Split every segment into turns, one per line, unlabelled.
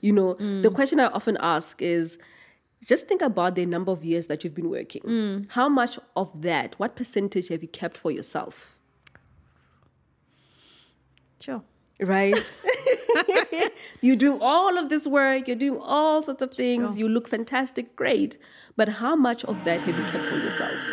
You know, the question I often ask is just think about the number of years that you've been working. How much of that, what percentage have you kept for yourself?
Sure.
Right? you do all of this work, you're doing all sorts of things, you look fantastic, great. But how much of that have you kept for yourself?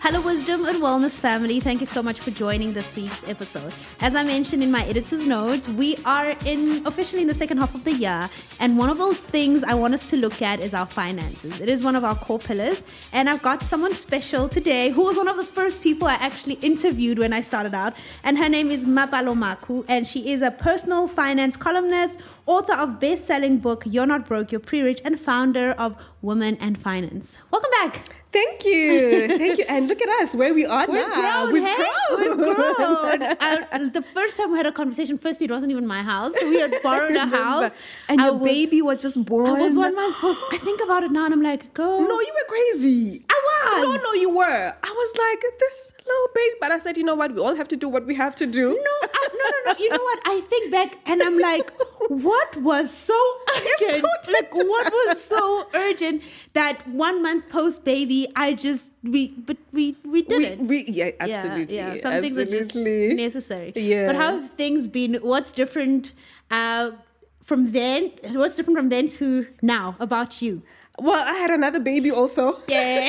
Hello, Wisdom and Wellness family. Thank you so much for joining this week's episode. As I mentioned in my editor's note, we are in officially in the second half of the year, and one of those things I want us to look at is our finances. It is one of our core pillars, and I've got someone special today who was one of the first people I actually interviewed when I started out, and her name is Mapalomaku, and she is a personal finance columnist, author of best-selling book You're Not Broke, You're Pre-Rich, and founder of Women and Finance. Welcome back.
Thank you. Thank you. And look at us, where we are
We've
now.
grown, hey? We've grown. I, the first time we had a conversation, firstly, it wasn't even my house. We had borrowed a
Remember.
house.
And
I
your
was-
baby was just born.
I was one month post. I think about it now and I'm like, girl.
No, you were crazy.
I was.
No, no, you were. I was like, this little baby. But I said, you know what? We all have to do what we have to do.
No, I, no, no, no. You know what? I think back and I'm like, what was so urgent? Like, what was so urgent that one month post baby, I just, we, but we, we did
We,
it.
we, yeah,
Yeah,
absolutely.
Yeah, some things are just
absolutely.
necessary.
Yeah.
But how have things been? What's different uh, from then? What's different from then to now about you?
Well, I had another baby also.
Yeah.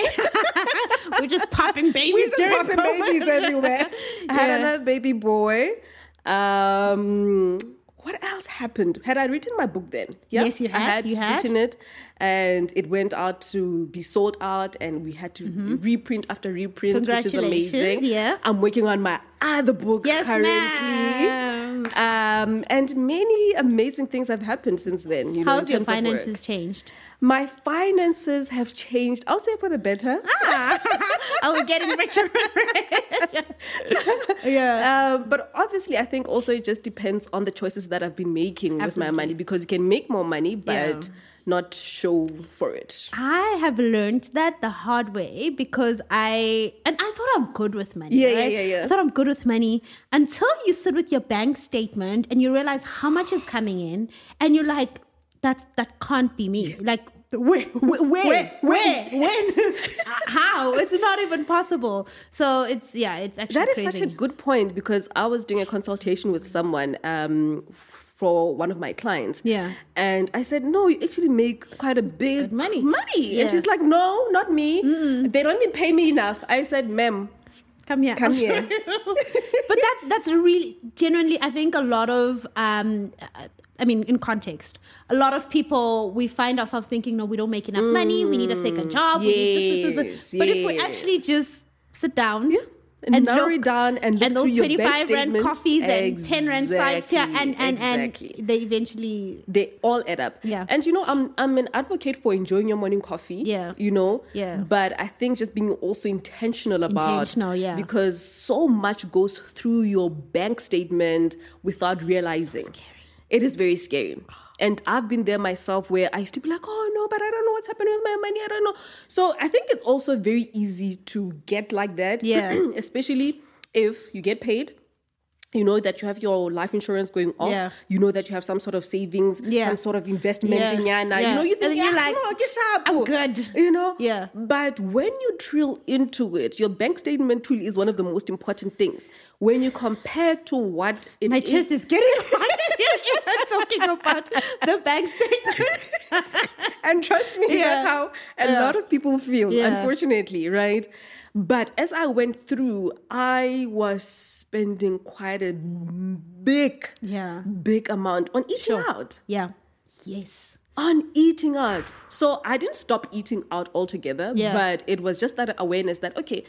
We're just popping babies
We just
during
popping
COVID.
babies everywhere. I had
Yeah.
another baby boy. Um, what else happened? Had I written my book then?
Yes, you
I
had,
had
you had.
written it, and it went out to be sold out, and we had to reprint after reprint, which is
Mm-hmm. Congratulations,
amazing.
yeah.
I'm working on my other book
Yes,
currently.
ma'am.
Um, and many amazing things have happened since then. You know,
How
in
have your
terms of work.
finances changed?
My finances have changed. I'll say for the better.
Ah. oh, we're getting richer. yeah.
Um, but obviously, I think also it just depends on the choices that I've been making with my
Absolutely.
money because you can make more money but
Yeah.
not show for it.
I have learned that the hard way because I and I thought I'm good with money.
Yeah, yeah,
right?
yeah, yeah.
I thought I'm good with money until you sit with your bank statement and you realize how much is coming in, and you're like, that that can't be me. Like where, where, where, where, when, Uh, how? It's not even possible. So it's yeah, it's actually
That is
crazy.
such a good point because I was doing a consultation with someone um, for one of my clients.
Yeah.
And I said, no, you actually make quite a big
Good money.
Money.
Yeah.
And she's like, no, not me. They don't even pay me enough. I said, ma'am,
come here
Come here.
but that's that's a really genuinely i think a lot of um uh, i mean in context a lot of people we find ourselves thinking no we don't make enough money we need a second job we need this, this, this.
Yes,
but if we
yes.
actually just sit down
and narrow it down and look
those
through your bank
25 rand
statement.
coffees and 10 rand swipes here and
Exactly,
and
exactly.
and they eventually
they all add up.
Yeah.
And you know, I'm I'm an advocate for enjoying your morning coffee.
Yeah.
You know?
Yeah.
But I think just being also intentional about
Intentional, yeah.
Because so much goes through your bank statement without realizing.
scary.
It is very scary. And I've been there myself where I used to be like, oh no, but I don't know what's happening with my money. I don't know. So I think it's also very easy to get like that.
Yeah.
Especially if you get paid. You know that you have your life insurance going off.
Yeah.
You know that you have some sort of savings,
Yeah.
some sort of investment
Yeah.
in yana.
Yeah.
You know, you think
And then you're
"Ah,
like,
no, get sharp.
I'm good."
You know?
Yeah.
But when you drill into it, your bank statement truly is one of the most important things. When you compare to what it
my
is-
chest is getting hot if I'm talking about the bank statement.
and trust me,
Yeah.
that's how a lot of people feel,
Yeah.
unfortunately, right? But as I went through, I was spending quite a big,
Yeah.
big amount on eating out.
Yeah. Yes.
on eating out. So I didn't stop eating out altogether,
Yeah.
but it was just that awareness that, okay,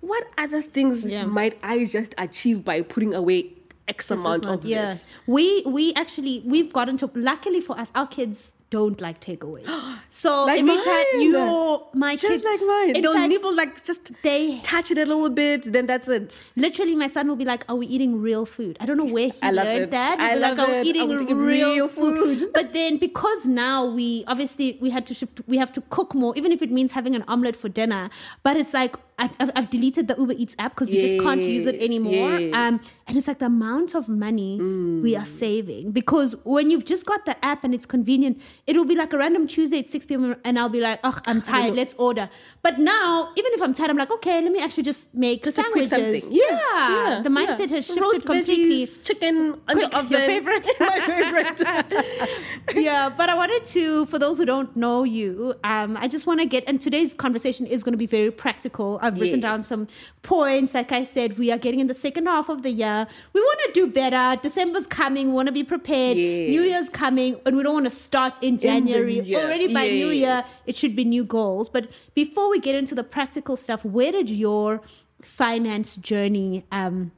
what other things
Yeah.
might I just achieve by putting away X
This is
amount
what-
of
yeah.
this?
We we actually we've gotten to luckily for us, our kids don't like takeaway. So
Like
every time
mine.
you know my
Just
kids
like mine.
in
They'll
fact,
nibble, like, just
they
touch it a little bit, then that's it.
literally my son will be like, Are we eating real food? I don't know where he
I love
learned
it.
that. He'll
I
be
love
like, Are
it.
we eating
Are we eating
real,
real
food?
food?
but then because now we obviously we had to shift we have to cook more, even if it means having an omelette for dinner. But it's like I've, I've, I've deleted the Uber Eats app because we just can't use it
Yes,
anymore.
yes.
Um, and it's like the amount of money we are saving because when you've just got the app and it's convenient, it'll be like a random Tuesday at 6 p.m. and I'll be like, oh, I'm tired, let's order. But now, even if I'm tired, I'm like, okay, let me actually just make
Just a quick
sandwiches.
something.
Yeah,
yeah,
Ah, The mindset
yeah.
has shifted
Roast
completely.
Veggies, chicken on
Quick,
the oven.
your favorite.
My favorite.
yeah, but I wanted to, for those who don't know you, um, I just want to get, and today's conversation is going to be very practical. I've written
Yes.
down some points. Like I said, we are getting in the second half of the year. We want to do better. December's coming. We want to be prepared.
Yes.
New Year's coming, and we don't want to start in
the new
January.
year.
Already by New Year,
Yes.
it should be new goals. But before we get into the practical stuff, where did your finance journey um,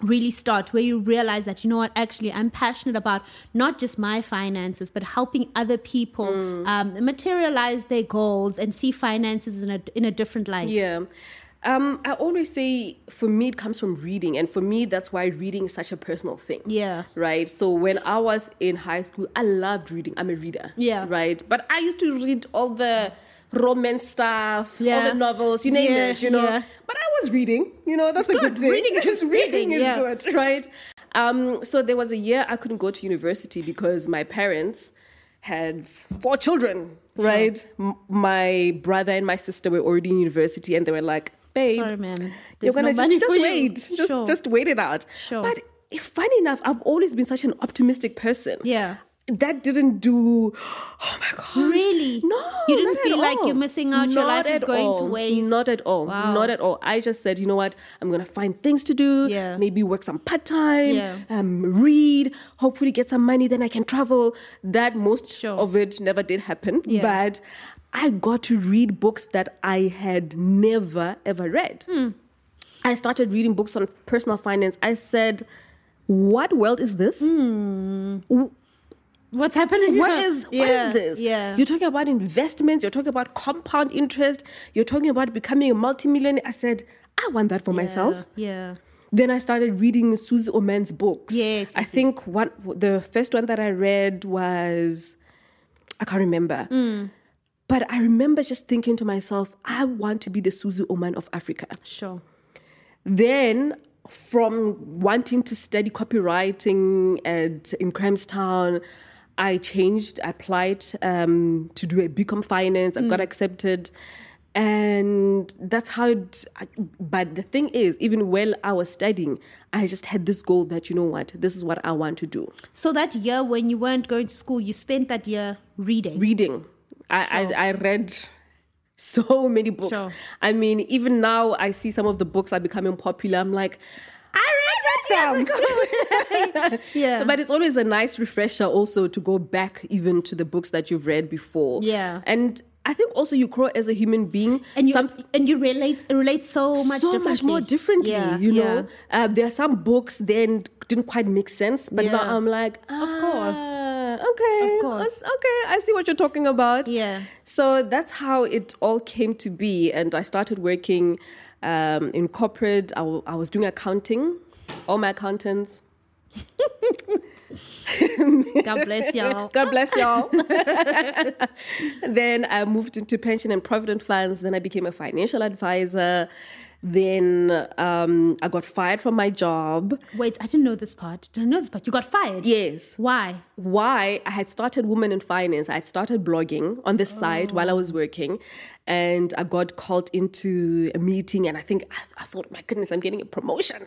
really start? Where you realize that, you know what, actually, I'm passionate about not just my finances, but helping other people
Mm.
um, materialize their goals and see finances in a, in a different light.
Yeah. Um, I always say for me it comes from reading, and for me that's why reading is such a personal thing.
Yeah.
Right. So when I was in high school, I loved reading. I'm a reader.
Yeah.
Right. But I used to read all the romance stuff, all
Yeah.
the novels, you name
Yeah,
it, you know.
yeah.
But I was reading, you know, that's
It's
a good,
good.
thing.
Reading is-
reading is
yeah.
good, right? Um, so there was a year I couldn't go to university because my parents had four children, right? M- my brother and my sister were already in university and they were like, babe,
Sorry, ma'am.
you're
There's
gonna
no
just,
money
just
for you."
wait. Just
Sure.
just wait it out.
Sure.
But funny enough, I've always been such an optimistic person.
Yeah.
That didn't do oh my god.
Really?
No.
You didn't
not at
feel like
all.
you're missing out, your
Not
life is
at
going
all.
to waste.
Not at all.
Wow.
Not at all. I just said, you know what? I'm gonna find things to do.
Yeah.
Maybe work some part time.
Yeah.
Um, read. Hopefully get some money. Then I can travel. That most
Sure.
of it never did happen.
Yeah.
But I got to read books that I had never ever read.
Hmm.
I started reading books on personal finance. I said, "What world is this?
Hmm.
W-
What's happening?
What is
Yeah,
what is this?
Yeah.
You're talking about investments. You're talking about compound interest. You're talking about becoming a multimillionaire." I said, "I want that for myself."
Yeah.
Then I started reading Susie Oman's books.
Yes,
I
yes,
think one the first one that I read was I can't remember.
Mm.
But I remember just thinking to myself, I want to be the Susie Oman of Africa
Sure.
then from wanting to study copywriting at in Grahamstown, I changed, I applied um, to do a BCom finance. I got accepted, and that's how. It, I- but the thing is, even while I was studying, I just had this goal that you know what, this is what I want to do.
So that year when you weren't going to school, you spent that year reading.
reading. I, I, I read so many books.
Sure.
I mean, even now I see some of the books are becoming popular. I'm like, I read that years ago.
Yeah.
But it's always a nice refresher also to go back even to the books that you've read before.
Yeah.
And I think also you grow as a human being.
and you
Some-
and you relate relate so much
so much
differently.
more differently.
Yeah,
you know,
yeah.
Uh, there are some books then didn't quite make sense, but now
Yeah.
I'm like,
course.
"Ah, okay,
Of course.
okay, I see what you're talking about.
Yeah.
So that's how it all came to be, and I started working um, in corporate. I, w- I was doing accounting, all my accountants.
God bless y'all.
God bless y'all. then I moved into pension and provident funds. Then I became a financial advisor. Then um, I got fired from my job.
Wait, I didn't know this part. Did I know this part? You got fired.
Yes.
Why?
Why? I had started Women in Finance. I had started blogging on the side while I was working. And I got called into a meeting. And I think, I, I thought, my goodness, I'm getting a promotion,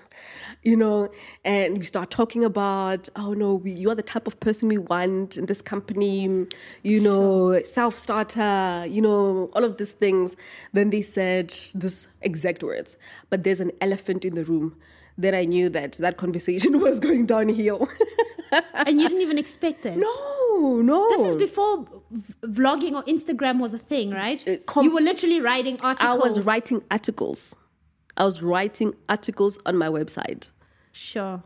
you know? And we start talking about, oh no, we, you are the type of person we want in this company, you know, self starter, you know, all of these things. Then they said this exact words, but there's an elephant in the room. Then I knew that that conversation was going downhill.
And you didn't even expect this.
No, no.
This is before v- vlogging or Instagram was a thing, right?
Uh, com-
you were literally writing articles.
I was writing articles. I was writing articles on my website.
Sure.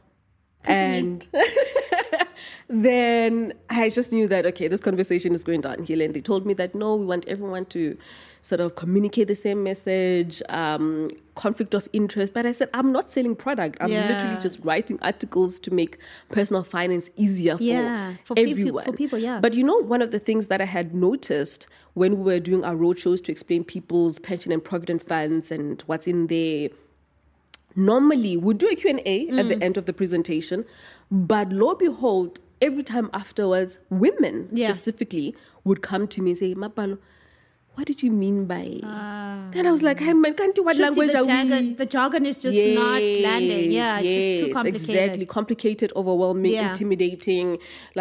And then I just knew that, okay, this conversation is going downhill. And they told me that, no, we want everyone to sort of communicate the same message, um, conflict of interest. But I said, I'm not selling product. I'm
Yeah.
literally just writing articles to make personal finance easier for
Yeah, for peop-
everyone.
for people, yeah.
But you know, one of the things that I had noticed when we were doing our roadshows to explain people's pension and provident funds and what's in there normally we do a q&a at
Mm.
the end of the presentation but lo and behold every time afterwards women
Yeah.
specifically would come to me and say mapalo what did you mean by then i was like hey man can't you what
Should Ah. see
language
the
are
jargon,
we
The jargon is just not landing. Yeah, it's just too
yes,
complicated.
exactly complicated overwhelming
Yeah.
intimidating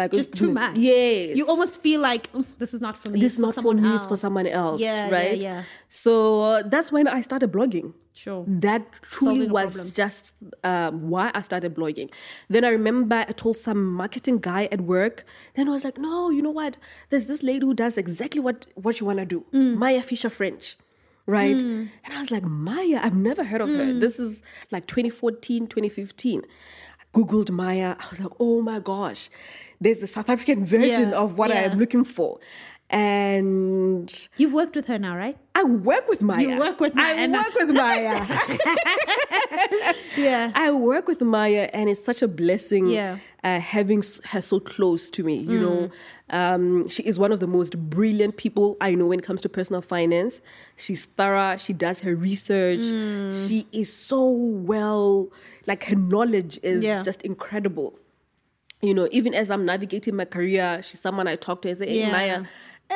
like
Just too much.
yes
You almost feel like "Mm, this is not for me.
this
it's
is not for
someone
me
else.
it's for someone else
Yeah, yeah,
right
yeah.
so uh, that's when i started blogging
Sure.
that truly
Solving a
was
problem.
just um, why I started blogging. Then I remember I told some marketing guy at work. Then I was like, no, you know what? There's this lady who does exactly what what you want to do.
Mm.
Maya Fisher French, right? And I was like, Maya, I've never heard of
Mm.
her. This is like 2014, 2015. I Googled Maya. I was like, oh my gosh, there's the South African version
Yeah,
of what I
yeah.
am looking for. And
You've worked with her now, right?
I work with Maya.
You work with Maya.
I
No.
work with Maya.
Yeah.
I work with Maya, and it's such a blessing
Yeah. Mm.
uh, having s- her so close to me. You know, um, she is one of the most brilliant people I know when it comes to personal finance. She's thorough. She does her research.
Mm.
She is so well. Like her knowledge is
Yeah.
just incredible. You know, even as I'm navigating my career, she's someone I talk to. I say, "Hey,
Yeah.
Maya."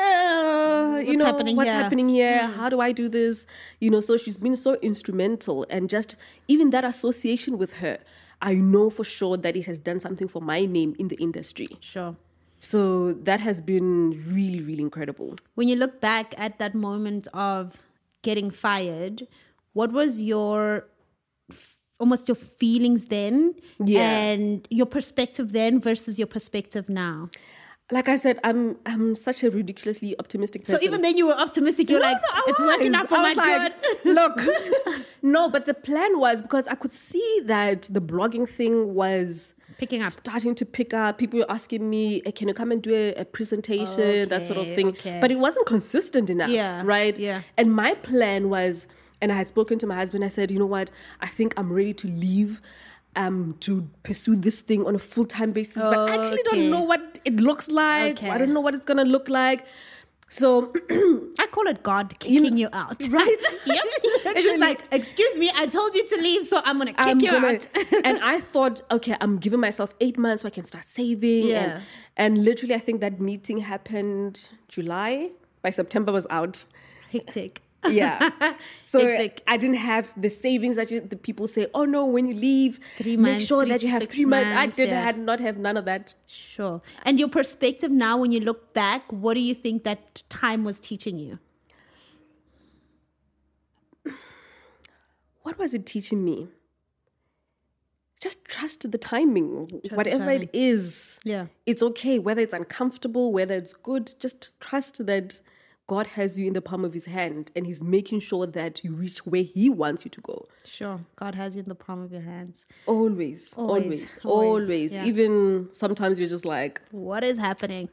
Uh, you
What's
know
happening
what's
here?" Hmm.
happening here how do i do this you know so she's been so instrumental and just even that association with her i know for sure that it has done something for my name in the industry
Sure.
so that has been really really incredible
When you look back at that moment of getting fired, what was your almost your feelings then
Yeah.
and your perspective then versus your perspective now?
like i said i'm i'm such a ridiculously optimistic person
So even then you were optimistic. You're
No,
like,
no, I
it's working
was.
out for
I
my
was like,
good.
look no but the plan was because i could see that the blogging thing was
Picking up.
starting to pick up people were asking me "Eh, can you come and do a, a presentation that sort of
Okay,
thing
okay.
but it wasn't consistent enough
Yeah,
right
yeah.
and my plan was and i had spoken to my husband i said you know what i think i'm ready to leave um, to pursue this thing on a full-time basis but i actually
Okay.
don't know what it looks like i
Okay.
don't know what it's gonna look like so
I call it God kicking you, out.
right
yep. It's just like, excuse me, I told you to leave, so I'm gonna kick
I'm
you
gonna-
out.
and I thought, okay, I'm giving myself eight months so I can start saving.
Yeah.
And, and literally, I think that meeting happened July. By September was out.
Hectic.
Yeah. So
Hectic.
I didn't have the savings that you, the people say, oh no, when you leave,
Three
make
months,
sure
three
that
to
you have
six
three months.
months,
I did
yeah.
I had not have none of that.
Sure. And your perspective now, when you look back, what do you think that time was teaching you?
What was it teaching me? Just trust the timing.
the
Whatever
timing.
it is.
Yeah.
it's okay whether it's uncomfortable whether it's good just trust that god has you in the palm of his hand and he's making sure that you reach where he wants you to go
Sure. God has you in the palm of your hands.
always
Always,
always always,
always, yeah.
even sometimes you're just like
What is happening?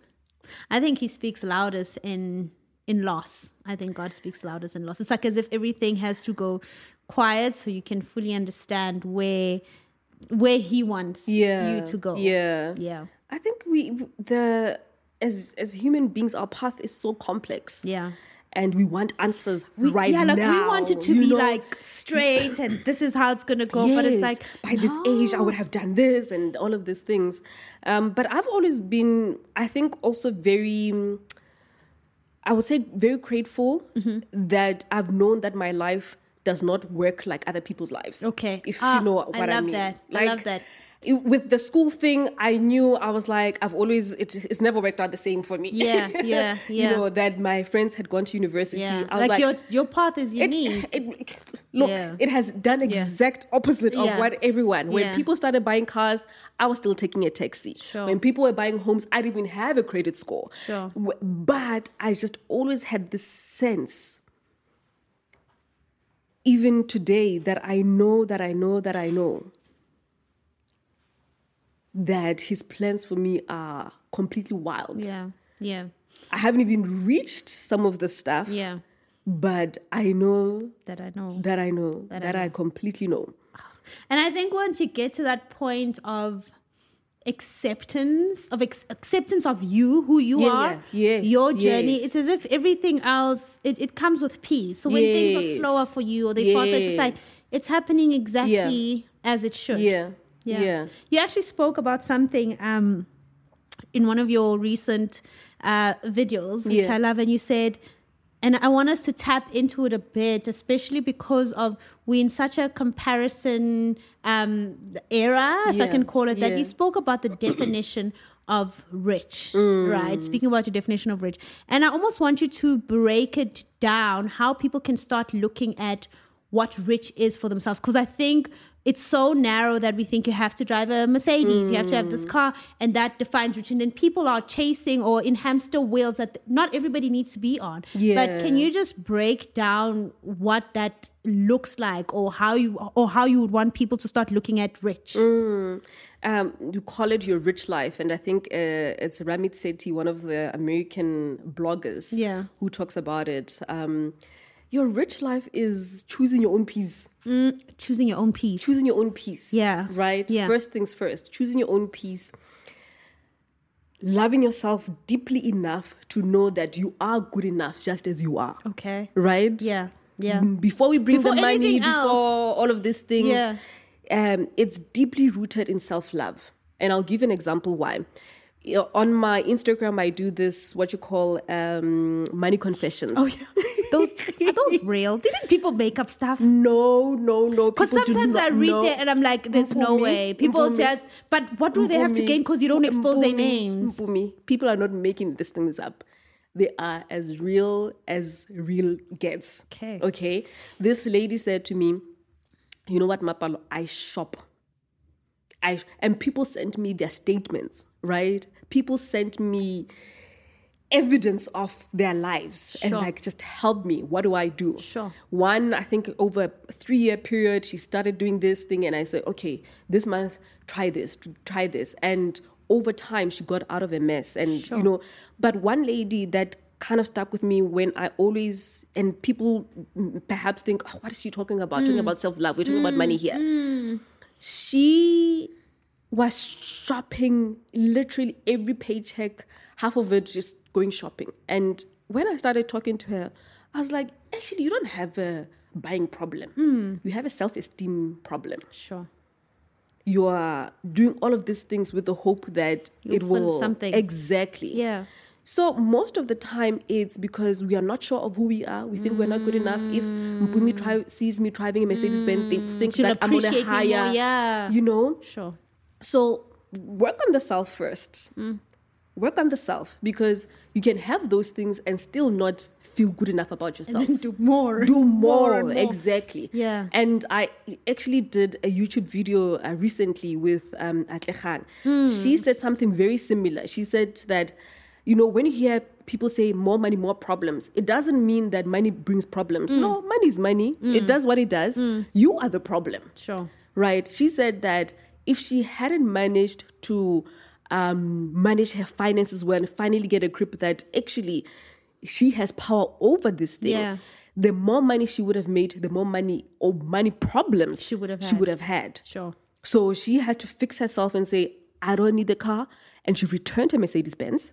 I think he speaks loudest in in loss. I think God speaks loudest in loss. It's like as if everything has to go quiet so you can fully understand where where he wants
yeah
you to go.
yeah
Yeah.
i think we the as as human beings our path is so complex
Yeah.
and we want answers right
yeah,
now
like we want it to
you
be
know?
like straight and this is how it's gonna go. But it's
Yes,
like
by this age I would have done this and all of these things. Um, but I've always been, I think, also very, mm, I would say, very grateful
Mm-hmm.
that I've known that my life does not work like other people's lives.
Okay.
if
Ah,
you know
I
what I,
love
mean.
that. I love that.
it- with the school thing, I knew I was like, I've always it, it's never worked out the same for me.
Yeah, yeah, yeah.
you know that my friends had gone to university.
yeah.
I was
like,
like
your your path is
it,
unique.
it- look,
Yeah.
it has done exact opposite of
Yeah.
what everyone. When
Yeah.
people started buying cars, I was still taking a taxi.
Sure.
When people were buying homes, I didn't even have a credit score.
Sure.
W- But I just always had this sense, even today, that I know that I know that I know that his plans for me are completely wild.
Yeah. Yeah.
I haven't even reached some of the stuff,
Yeah.
but I know
That I know.
that I know that,
That I
I, completely know.
And I think once you get to that point of acceptance of ex- acceptance of you who you
Yeah,
are
yeah. Yes,
your journey
yes.
it's as if everything else it, it comes with peace so when things
Yes.
are slower for you or they faster it's just like
Yes.
it's happening exactly as it should
Yeah. Yeah.
you actually spoke about something um, in one of your recent uh, videos, which
Yeah.
I love, and you said, and I want us to tap into it a bit, especially because of we're in such a comparison um, era, if I
Yeah.
can call it that.
Yeah.
You spoke about the definition of rich, right? Speaking about your definition of rich. And I almost want you to break it down how people can start looking at what rich is for themselves. Because I think it's so narrow that we think you have to drive a Mercedes, you have to have this car, and that defines rich. And then people are chasing or in hamster wheels that not everybody needs to be on. But can
Yeah.
you just break down what that looks like or how you or how you would want people to start looking at rich?
Um, you call it your rich life, and I think uh, it's Ramit Sethi, one of the American bloggers,
Yeah.
who talks about it. Um, your rich life is choosing your own piece.
Choosing your own piece.
choosing your own piece.
Yeah.
Right?
Yeah.
First things first, choosing your own piece. Loving yourself deeply enough to know that you are good enough just as you are.
Okay.
Right?
Yeah. Yeah.
Mm, Before we bring
Before
the money,
anything
before
else.
all of these things,
Yeah.
um, it's deeply rooted in self love. And I'll give an example why. You know, On my Instagram, I do this, what you call um, money confessions.
Oh yeah. Those are those real? Do you think people make up stuff?
No, no, no.
Because
people do
sometimes I
not
read
know.
that and I'm like, there's no
Mpumi,
way. People
Mpumi,
just, but what do they have to
Mpumi,
gain? Because you don't expose their
Mpumi,
names.
Mpumi. People are not making these things up. They are as real as real gets.
Okay.
Okay. This lady said to me, You know what, Mapalo? I shop. I sh-" and people sent me their statements, right? People sent me evidence of their lives and
Sure.
like just help me what do i do
Sure.
one i think over a three year period she started doing this thing and i said okay this month try this t- try this and over time she got out of a mess and
Sure.
you know but one lady that kind of stuck with me when i always and people mm, perhaps think oh, what is she talking about talking about self-love we're talking about money here she was shopping literally every paycheck, half of it just going shopping. And when I started talking to her, I was like, actually, you don't have a buying problem.
Hmm.
You have a self esteem problem.
Sure.
You are doing all of these things with the hope that
You'll
it
feel
will
something.
Exactly.
Yeah.
So most of the time, it's because we are not sure of who we are. We think we're not good enough. If Mpumi tri- sees me driving a Mercedes Benz, they think
Hmm. She'll
that I'm on
appreciate
a
me more,
higher.
yeah.
You know.
Sure.
So work on the self first.
Mm.
Work on the self because you can have those things and still not feel good enough about yourself.
do more.
Do more,
and
exactly.
Yeah.
And I actually did a YouTube video uh, recently with um, Atle Khan.
Hmm.
She said something very similar. She said that, you know, when you hear people say more money, more problems, it doesn't mean that money brings problems.
Hmm.
No, money is money. It does what it does. You are the problem
Sure.
right? She said that if she hadn't managed to um, manage her finances well and finally get a grip that actually she has power over this thing,
Yeah.
the more money she would have made, the more money or money problems
She would have
she
had.
would have had.
Sure.
So she had to fix herself and say, "I don't need the car," and she returned her Mercedes Benz,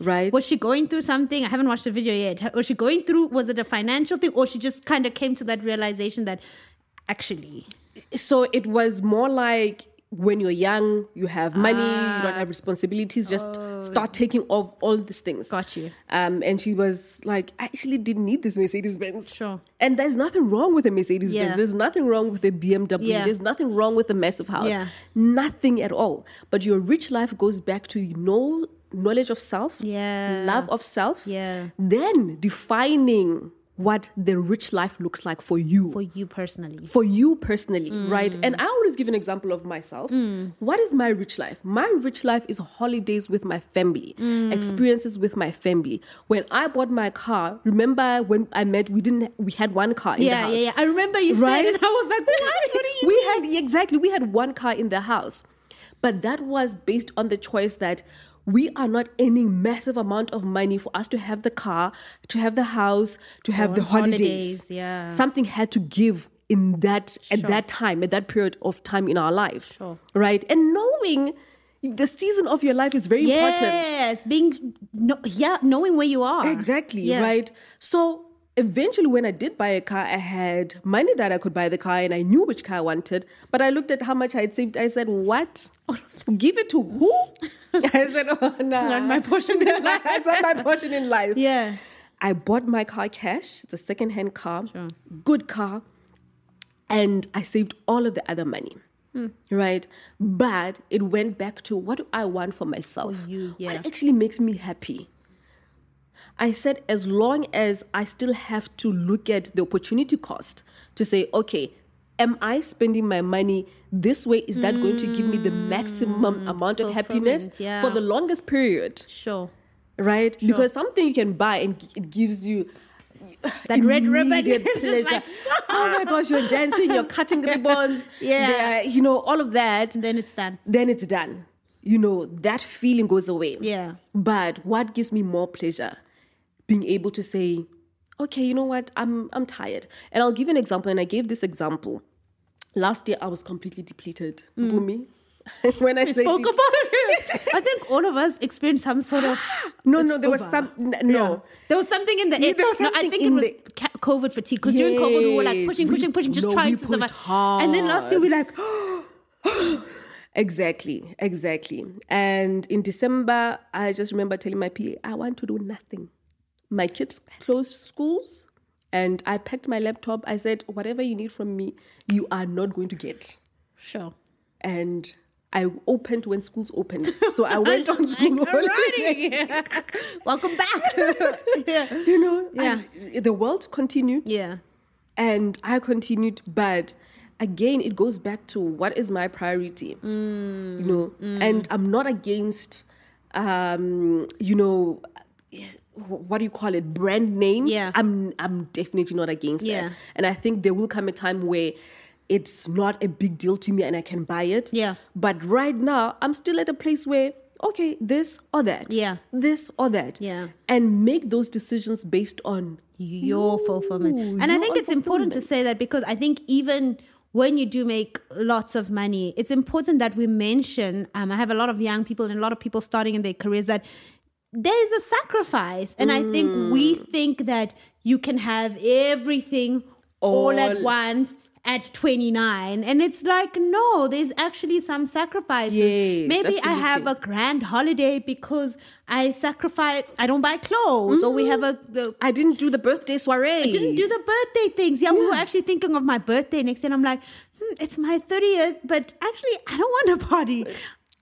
right?
Was she going through something? I haven't watched the video yet. Was she going through, was it a financial thing? Or she just kind of came to that realization that actually,
so it was more like when you're young, you have money, you
Ah.
don't have responsibilities, just start taking off all these things.
Oh. Got you.
Um, and she was like, I actually didn't need this Mercedes Benz.
Sure.
And there's nothing wrong with a Mercedes
Yeah.
Benz. There's nothing wrong with a BMW.
Yeah.
There's nothing wrong with a massive house.
Yeah.
Nothing at all. But your rich life goes back to you know knowledge of self,
Yeah.
love of self,
Yeah.
then defining what the rich life looks like for you
for you personally.
for you personally,
Mm.
right? And I always give an example of myself. What is my rich life? My rich life is holidays with my family,
Mm.
experiences with my family. When I bought my car, remember when I met, we didn't, we had one car in the
Yeah,
house.
yeah, yeah. I remember you said
Right?
it. I was like, what? what are you
we had exactly, we had one car in the house. But that was based on the choice that we are not earning massive amount of money for us to have the car, to have the house, to have the holidays.
holidays, yeah.
Something had to give in that at that time, at that period of time in our life.
Sure.
Right? And knowing the season of your life is very important.
Yes, being no, yeah, knowing where you are.
Exactly,
Yeah.
right? So eventually, when I did buy a car, I had money that I could buy the car and I knew which car I wanted. But I looked at how much I had saved. I said, What? Give it to who? I said, Oh, no. It's
not my portion in life.
it's not my portion in life.
Yeah.
I bought my car cash. It's a second-hand car, good car, and I saved all of the other money.
Hmm.
Right, but it went back to what do I want for myself?
you, yeah.
What actually makes me happy? I said, as long as I still have to look at the opportunity cost to say, okay, am I spending my money this way? Is that going to give me the maximum amount of happiness
Hmm. fulfillment, yeah.
for the longest period?
Sure.
right? Because something you can buy and g- it gives you
That red ribbon
immediate
is just like,
pleasure. oh my gosh, you're dancing, you're cutting ribbons,
Yeah.
they're- you know, all of that.
And then it's done.
Then it's done. You know, that feeling goes away.
Yeah.
But what gives me more pleasure? Being able to say, okay, you know what, I'm I'm tired. And I'll give you an example, and I gave this example. Last year I was completely depleted. Bumi. when I
Mm. We
say
spoke
de-
about it. I think all of us experienced some sort of.
No,
It's
no, there was
over.
some n-
Yeah.
no.
There was something in the air.
there was
no, I
something
think it
in
was
the-
ca- COVID fatigue because during COVID we were like
Yes,
pushing,
we-
pushing, pushing, just
no,
trying
we
to survive.
pushed
And then last year we like,
Exactly, exactly. And in December, I just remember telling my PA, I want to do nothing. My kids closed schools, and I packed my laptop. I said, Whatever you need from me, you are not going to get.
sure.
And I opened when schools opened. So I went on school holiday.
Alrighty. Welcome back. yeah.
You know,
Yeah.
I- the world continued.
Yeah.
and I continued, but again, it goes back to what is my priority,
Mm.
you know, and I'm not against, um, you know, what do you call it, brand names.
Yeah.
I'm I'm definitely not against
Yeah.
that, and I think there will come a time where it's not a big deal to me and I can buy it.
Yeah.
But right now, I'm still at a place where okay, this or that.
Yeah.
This or that.
Yeah.
And make those decisions based on
your fulfillment.
Ooh,
And I
your
think
own
it's important to say that because I think even when you do make lots of money, it's important that we mention. Um, I have a lot of young people and a lot of people starting in their careers that there is a sacrifice, and I
Mm.
think we think that you can have everything all, at
All-
once at 29 and it's like no there's actually some sacrifices
Yes,
maybe i have
absolutely.
a grand holiday because i sacrifice i don't buy clothes or we have a the
I didn't do the birthday soiree.
I didn't do the birthday things. Yeah, we were actually thinking of my birthday next, and I'm like, hmm, it's my 30th, but actually, I don't want a party.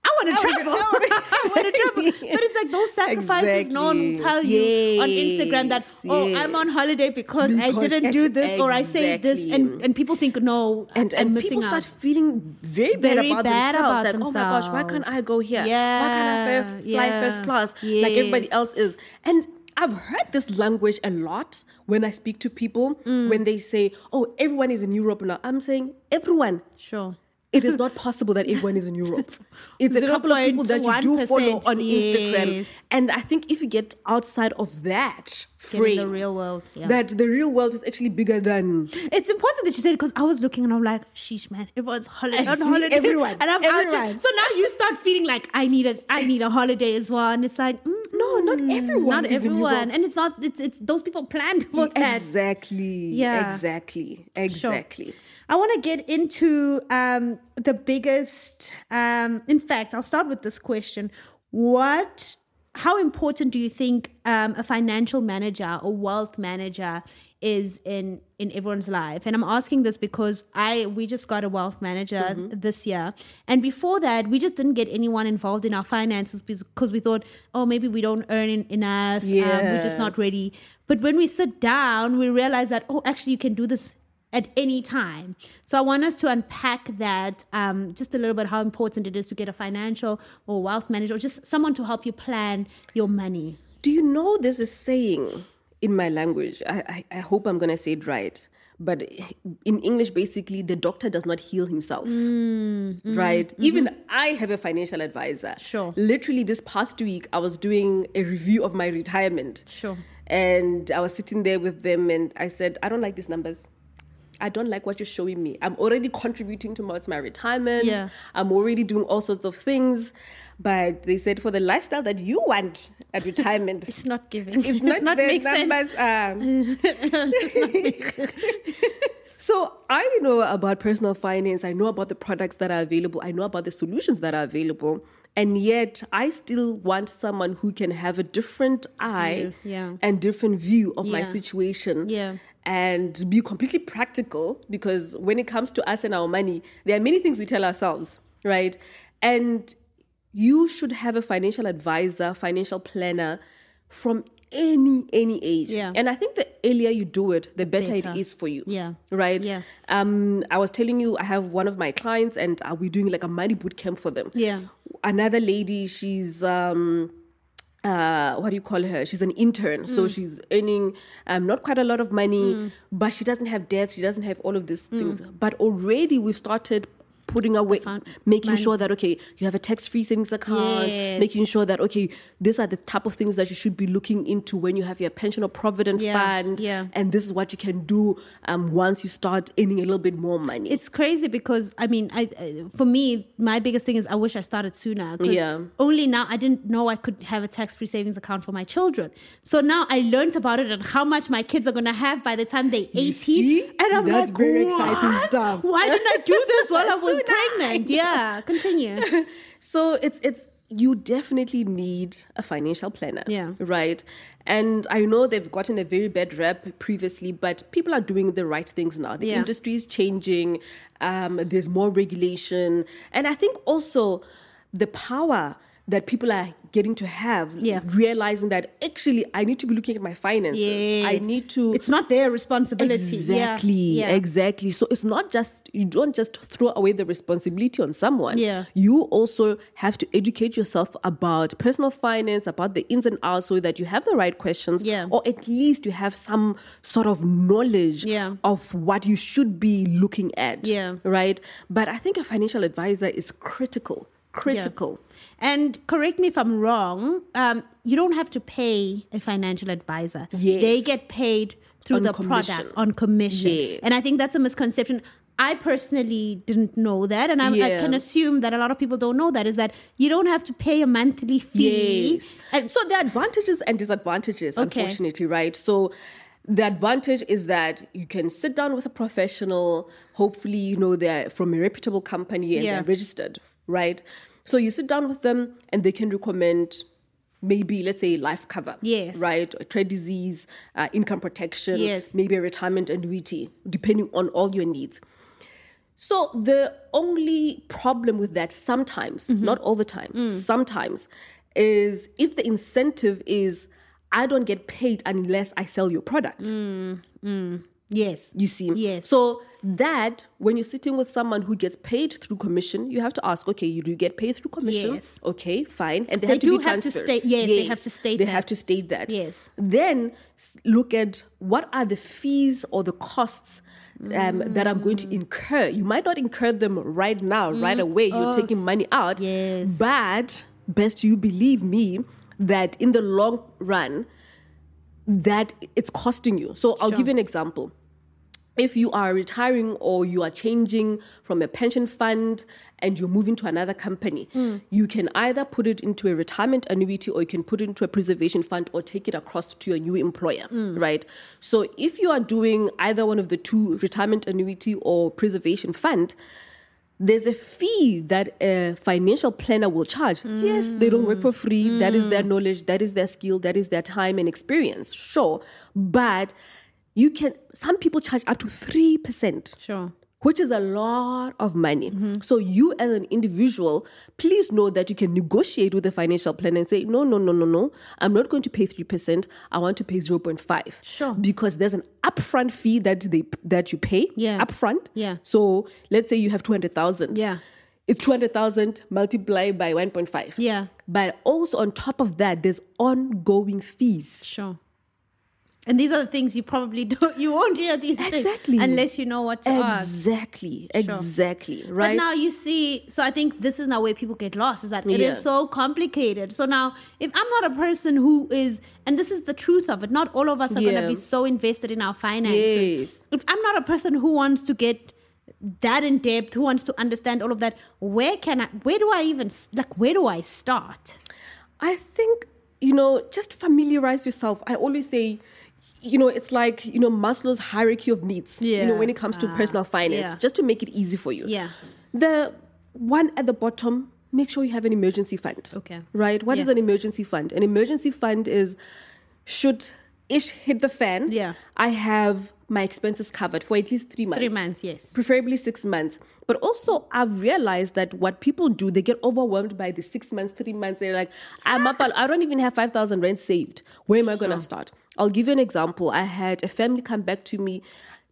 I want to
I wanna-
travel.
I wanna-
I want to travel. But it's like those sacrifices no one will
Exactly.
tell you on Instagram that,
Yes,
oh,
yes.
I'm on holiday because, I
Because
didn't
ex-
do this or I saved this. And,
exactly.
and people think, no,
and,
I'm
and
missing
people
out.
start feeling very bad
Very
about
bad
themselves.
about
like, oh my gosh, why
themselves.
can't I go here? why can't I fly,
Yeah,
fly
yeah.
first class like everybody
Yes.
else is? And I've heard this language a lot when I speak to people
Mm.
when they say, "Oh, everyone is in Europe now." I'm saying everyone.
Sure.
It is not possible that everyone is in Europe. It's a couple of people that you do
0.1%,
follow on Instagram,
yes.
and I think if you get outside of that
Get in
frame,
the real world. Yeah. Hmm.
that the real world is actually bigger than
It's important that you said it because I was looking and I'm like, sheesh, man, everyone's holiday
I
on
see
holiday.
everyone,
and I'm out here.
everyone.
so now you start feeling like I need a I need a holiday as well, and it's like mm,
No, not
mm,
everyone
not
is in
everyone,
Europe.
and it's not it's it's those people planned for that.
Exactly.
Yeah.
Exactly. Exactly.
I want to get into um, the biggest. Um, in fact, I'll start with this question: What, how important do you think um, a financial manager or wealth manager is in in everyone's life? And I'm asking this because I we just got a wealth manager this year, and before that, we just didn't get anyone involved in our finances because we thought, oh, maybe we don't earn en- enough, um, we're just
Yeah.
not ready. But when we sit down, we realize that, oh, actually, you can do this at any time. So I want us to unpack that um, just a little bit how important it is to get a financial or wealth manager or just someone to help you plan your money.
Do you know there's a saying in my language? I, I, I hope I'm going to say it right. but in English, basically, the doctor does not heal himself, right? Even I have a financial advisor.
Mm, mm-hmm, Sure.
Literally, this past week, I was doing a review of my retirement.
Sure.
And I was sitting there with them, and I said, I don't like these numbers. I don't like what you're showing me. I'm already contributing towards my retirement.
Yeah.
I'm already doing all sorts of things. But they said, for the lifestyle that you want at retirement,
It's not giving.
it's not,
not
the
make sense.
numbers are. so I know about personal finance. I know about the products that are available. I know about the solutions that are available. And yet, I still want someone who can have a different eye
View, yeah.
and different view of my
Yeah.
situation.
Yeah.
And be completely practical because when it comes to us and our money, there are many things we tell ourselves, right? And you should have a financial advisor, financial planner from any any age.
Yeah.
And I think the earlier you do it, the better,
Better.
it is for you.
Yeah.
Right?
Yeah.
Um, I was telling you I have one of my clients and uh, we're doing like a money boot camp for them.
Yeah.
Another lady, she's um uh, what do you call her? She's an intern,
Mm.
so she's earning um, not quite a lot of money, but she doesn't have debts. She doesn't have all of these
Mm.
things. But already we've started putting away, making
money.
sure that okay, you have a tax-free savings account,
Yes.
making sure that okay, these are the type of things that you should be looking into when you have your pension or provident
Yeah,
fund,
yeah.
and this is what you can do um, once you start earning a little bit more money.
it's crazy because I mean, I uh, for me, my biggest thing is I wish I started sooner. 'cause
Yeah.
Only now I didn't know I could have a tax-free savings account for my children. So now I learned about it and how much my kids are gonna have by the time they
see?
eighteen. And I'm
That's
like,
very exciting
"What?
stuff."
Why didn't I do this while I was
Sooner.
pregnant? Yeah. Continue.
so it's it's you definitely need a financial planner
Yeah.
right and i know they've gotten a very bad rep previously but people are doing the right things now the
Yeah.
industry is changing um, there's more regulation and i think also the power that people are getting to have
Yeah.
realizing that actually i need to be looking at my finances i
Yes.
need to
It's not their responsibility. Yeah,
Exactly.
Yeah.
Exactly. So it's not just you don't just throw away the responsibility on someone.
Yeah.
You also have to educate yourself about personal finance, about the ins and outs, so that you have the right questions.
Yeah.
Or at least you have some sort of knowledge
Yeah.
of what you should be looking at.
Yeah.
Right. But I think a financial advisor is critical. Critical.
And correct me if I'm wrong, um, you don't have to pay a financial advisor.
Yes.
They get paid through
On
the
commission.
product on commission.
Yes.
And I think that's a misconception. I personally didn't know that. And I, I
Yeah.
can assume that a lot of people don't know that is that you don't have to pay a monthly fee.
Yes. so there are advantages and disadvantages,
Okay.
unfortunately, right? So the advantage is that you can sit down with a professional. Hopefully, you know they're from a reputable company and
Yeah.
they're registered, right? So you sit down with them and they can recommend maybe let's say life cover
Yes.
right or trade disease uh, income protection
Yes.
maybe a retirement annuity depending on all your needs so the only problem with that sometimes, not all the time, sometimes is if the incentive is I don't get paid unless I sell your product.
yes.
You see?
Yes.
So that when you're sitting with someone who gets paid through commission, you have to ask, okay, you do get paid through commission.
Yes.
Okay, fine. And they,
They
have to
do
be
have to
transparent.
state- yes, they have to state
They
that.
have to state that.
Yes.
Then s- look at what are the fees or the costs um,
Mm.
that I'm going to incur. You might not incur them right now, right away. You're taking money out.
Mm. Oh. Yes.
But best you believe me that in the long run, that it's costing you. So I'll
Sure.
give you an example. If you are retiring or you are changing from a pension fund and you're moving to another company, you can either put it into a retirement annuity or you can put it into a preservation fund or take it across to your new employer, right? So if you are doing either one of the two, retirement annuity or preservation fund, there's a fee that a financial planner will charge. Yes, they don't work for free. That is their knowledge, that is their skill, that is their time and experience. Sure. But you can some people charge up to 3%,
Sure.
which is a lot of money.
Mm-hmm.
So you as an individual, please know that you can negotiate with a financial planner and say, "No, no, no, no, no. I'm not going to pay 3%. I want to pay 0.5."
Sure.
Because there's an upfront fee that they that you pay
Yeah.
upfront.
Yeah.
So let's say you have 200,000.
Yeah.
It's 200,000 multiplied by 1.5.
Yeah.
But also on top of that, there's ongoing fees.
Sure. And these are the things you probably don't, you won't hear these
Exactly.
things unless you know what to ask.
Exactly. Exactly.
But
Right.
now you see, so I think this is now where people get lost is that it is
Yeah.
so complicated. So now, if I'm not a person who is, and this is the truth of it, not all of us are going
Yeah.
to be so invested in our finances.
Yes.
If I'm not a person who wants to get that in depth, who wants to understand all of that, where can I, where do I even, s- like, where do I start?
I think, you know, just familiarize yourself. I always say, you know, it's like, you know, Maslow's hierarchy of needs, you know,
Yeah.
when it comes to
Ah,
personal finance,
yeah.
just to make it easy for you.
Yeah.
The one at the bottom, make sure you have an emergency fund.
Okay.
Right? What is
Yeah.
an emergency fund? An emergency fund is should ish hit the fan.
Yeah.
I have my expenses covered for at least three months
Three months, yes.
preferably six months. But also, I've realized that what people do, they get overwhelmed by the six months, three months. They're like, I'm up, I don't even have 5,000 rand saved. Where am I going to start? I'll give you an example. I had a family come back to me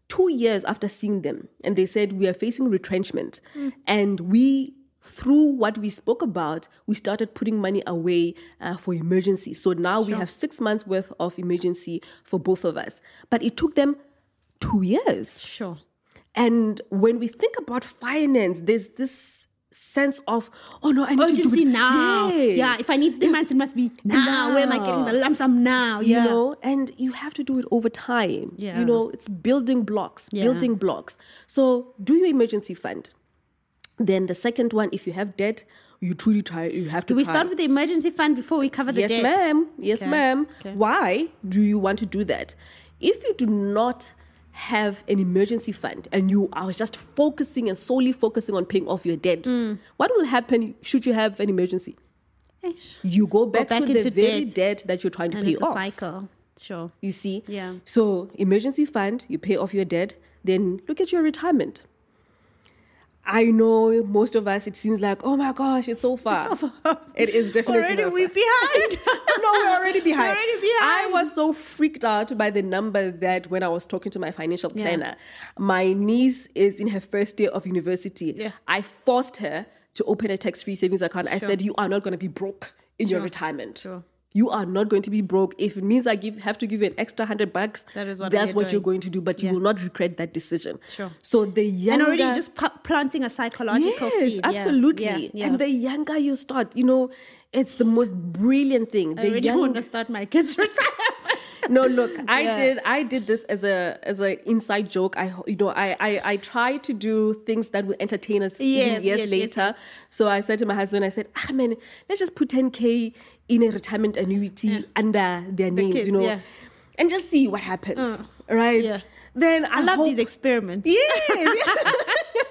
two years after seeing them, and they said, We are facing retrenchment. And we through what we spoke about, we started putting money away uh, for emergency. So now we have six months worth of emergency for both of us. But it took them two years.
Sure.
And when we think about finance, there's this sense of, oh no, I need to do
Urgency
it
now.
Yes.
Yeah, if I need three months, it must be now. Where am I getting the lump sum now? Yeah.
You know, and you have to do it over time.
Yeah.
You know, it's building blocks,
Yeah.
building blocks. So do your emergency fund. Then the second one, if you have debt, you truly try. You have to.
Do we
try.
start with the emergency fund before we cover the
yes,
debt?
ma'am. Yes,
Okay.
ma'am.
Okay.
Why do you want to do that? If you do not have an emergency fund and you are just focusing and solely focusing on paying off your debt,
Mm.
what will happen should you have an emergency?
Eish.
You go back,
back
to the
into
very
debt.
debt. that you're trying to
and
pay
it's
off.
a cycle. Sure.
You see?
Yeah.
So, emergency fund, you pay off your debt, then look at your retirement. I know most of us, it seems like, oh my gosh, it's so far.
Ah.
It's It is definitely
Already
not
we
far.
behind.
no, we're already behind.
We're already behind.
I was so freaked out by the number that when I was talking to my financial
Yeah.
planner, my niece is in her first year of university.
Yeah.
I forced her to open a tax free savings account. I
Sure.
said, You are not going to be broke in your retirement.
Sure.
You are not going to be broke. If it means I give have to give you an extra hundred bucks,
That is what
that's
we're
what you're
doing.
going to do, but you
Yeah.
will not regret that decision.
Sure.
So the younger
and already you're just p- planting a psychological
yes,
seed. Yeah,
absolutely.
Yeah. yeah.
And the younger you start, you know, it's the most brilliant thing.
I
The
already
young-
want to start my kids' retirement.
no, look, I
Yeah.
did I did this as a as an inside joke. I ho- you know I I, I try to do things that will entertain us
Yes,
even years
yes, yes,
later. So I said to my husband, I said, ah man, let's just put 10k in a retirement annuity under their names,
kids,
you know,
yeah. Uh,
and just see what happens, right?
Yeah.
Then I,
I love
hope-
these experiments.
Yes.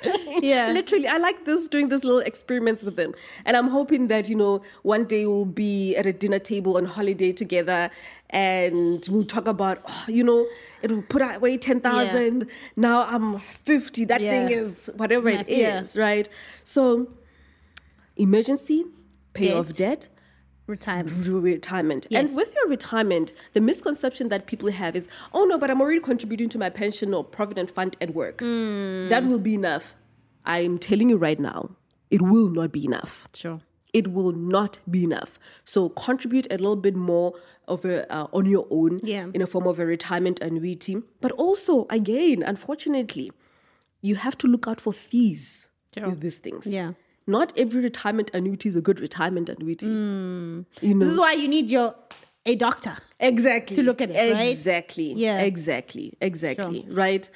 Yeah.
Literally, I like this doing this little experiments with them, and I'm hoping that you know one day we'll be at a dinner table on holiday together, and we'll talk about oh, you know it'll put away ten thousand. Now I'm fifty. That
Yeah.
thing is whatever it
Yes, yeah.
is, right? So, emergency, pay off
Debt.
debt
Retirement.
re- retirement.
Yes.
And with your retirement, the misconception that people have is, oh no, but I'm already contributing to my pension or provident fund at work.
Hmm.
That will be enough. I'm telling you right now, it will not be enough.
Sure.
It will not be enough. So contribute a little bit more of a, uh, on your own
Yeah.
in a form of a retirement annuity. But also, again, unfortunately, you have to look out for fees
Sure.
with these things.
Yeah.
Not every retirement annuity is a good retirement annuity. You know,
This is why you need your a doctor.
exactly
to look at it, right?
exactly
Yeah.
exactly exactly right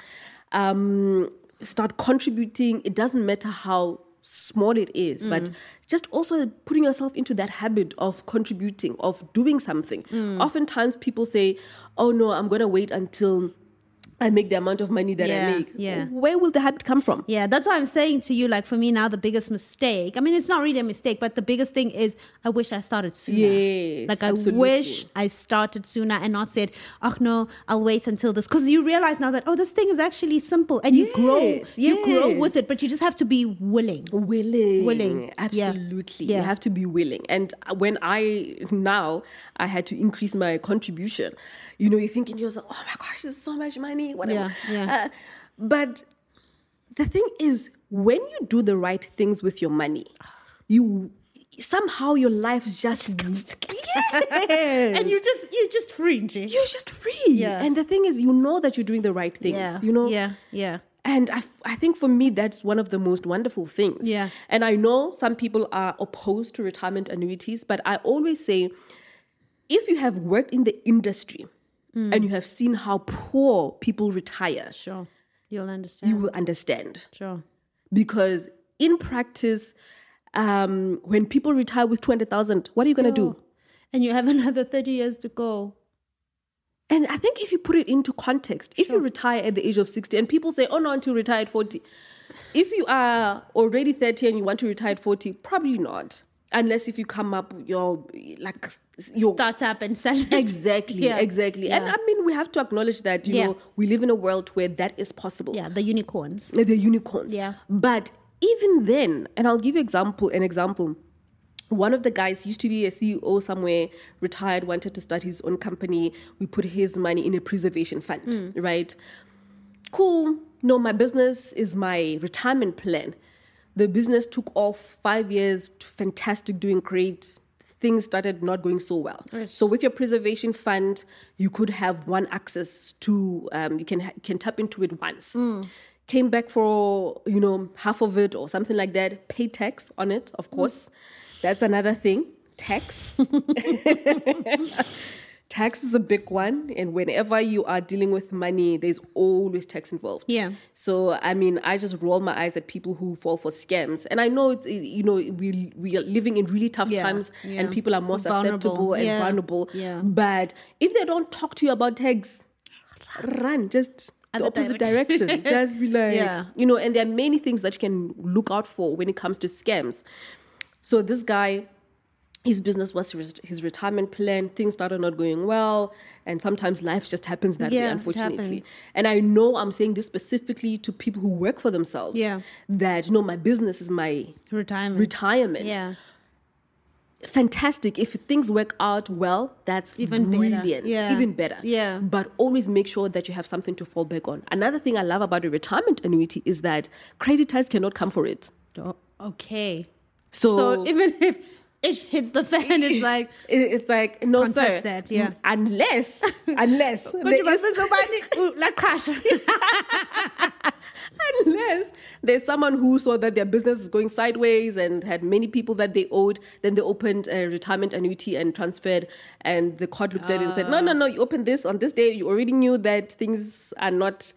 um start contributing it doesn't matter how small it is
Mm.
but just also putting yourself into that habit of contributing of doing something
Mm.
oftentimes people say oh no i'm going to wait until i make the amount of money that
Yeah,
i make
yeah.
where will the habit come from
Yeah, that's why I'm saying to you, like for me now, the biggest mistake. I mean, it's not really a mistake, but the biggest thing is I wish I started sooner.
Yes,
like
absolutely.
I wish I started sooner and not said, "Oh no, I'll wait until this," because you realize now that oh, this thing is actually simple, and you grow,
Yes,
you grow
yes.
with it, but you just have to be willing.
willing
Willing, yeah.
absolutely
Yeah.
you have to be willing and when i now i had to increase my contribution you know you're thinking to yourself oh my gosh there's so much money whatever
Yeah, yeah.
Uh, but the thing is when you do the right things with your money you somehow your life just comes together.
and you just you just fringe.
You're just free.
Yeah.
And the thing is, you know that you're doing the right things.
yeah.
You know?
Yeah. Yeah.
And I, f- I think for me, that's one of the most wonderful things.
Yeah.
And I know some people are opposed to retirement annuities, but I always say if you have worked in the industry and you have seen how poor people retire,
Sure. You'll understand.
you will understand.
sure.
Because in practice, um, when people retire with 200,000, what are you going to do?
And you have another 30 years to go.
And I think if you put it into context, if you retire at the age of 60 and people say, oh no, until retire at 40. If you are already 30 and you want to retire at 40, probably not. Unless if you come up with your like s- your
Start up and sell it.
Exactly,
Yeah.
exactly. And
Yeah.
I mean we have to acknowledge that, you
Yeah.
know, we live in a world where that is possible.
Yeah, the unicorns.
Like the unicorns.
Yeah.
But even then, and I'll give you example an example. One of the guys used to be a CEO somewhere, retired, wanted to start his own company. We put his money in a preservation fund, right? Cool. No, my business is my retirement plan. The business took off five years, fantastic, doing great. Things started not going so well. So with your preservation fund, you could have one access to um, you can ha- can tap into it once came back for you know half of it or something like that pay tax on it of course that's another thing tax tax is a big one and whenever you are dealing with money there's always tax involved
Yeah.
so i mean i just roll my eyes at people who fall for scams and i know it's you know we we are living in really tough
Yeah,
times
yeah.
and people are more
Vulnerable.
susceptible and
Yeah,
vulnerable
yeah.
but if they don't talk to you about tax run just the
Other
opposite
direction.
direction. just be like
Yeah.
you know and there are many things that you can look out for when it comes to scams so this guy his business was his his retirement plan things started not going well and sometimes life just happens that
Yeah,
way
it
unfortunately
happens.
and i know i'm saying this specifically to people who work for themselves
Yeah.
that you know my business is my
Retirement.
retirement
yeah.
fantastic. If things work out well, that's
Even
even
better.
brilliant,
Yeah.
even better.
Yeah.
But always make sure that you have something to fall back on. Another thing I love about a retirement annuity is that creditors cannot come for it.
Oh, okay.
So,
So even if it hits the fan, it's like,
It- it's like no
Can't
sir.
touch that, yeah.
Unless, unless,
but you
there
must
is,
be somebody who- like cash.
unless there's someone who saw that their business is going sideways and had many people that they owed, then they opened a retirement annuity and transferred, and the court looked at it and said, no, no, no, you opened this on this day. You already knew that things are not.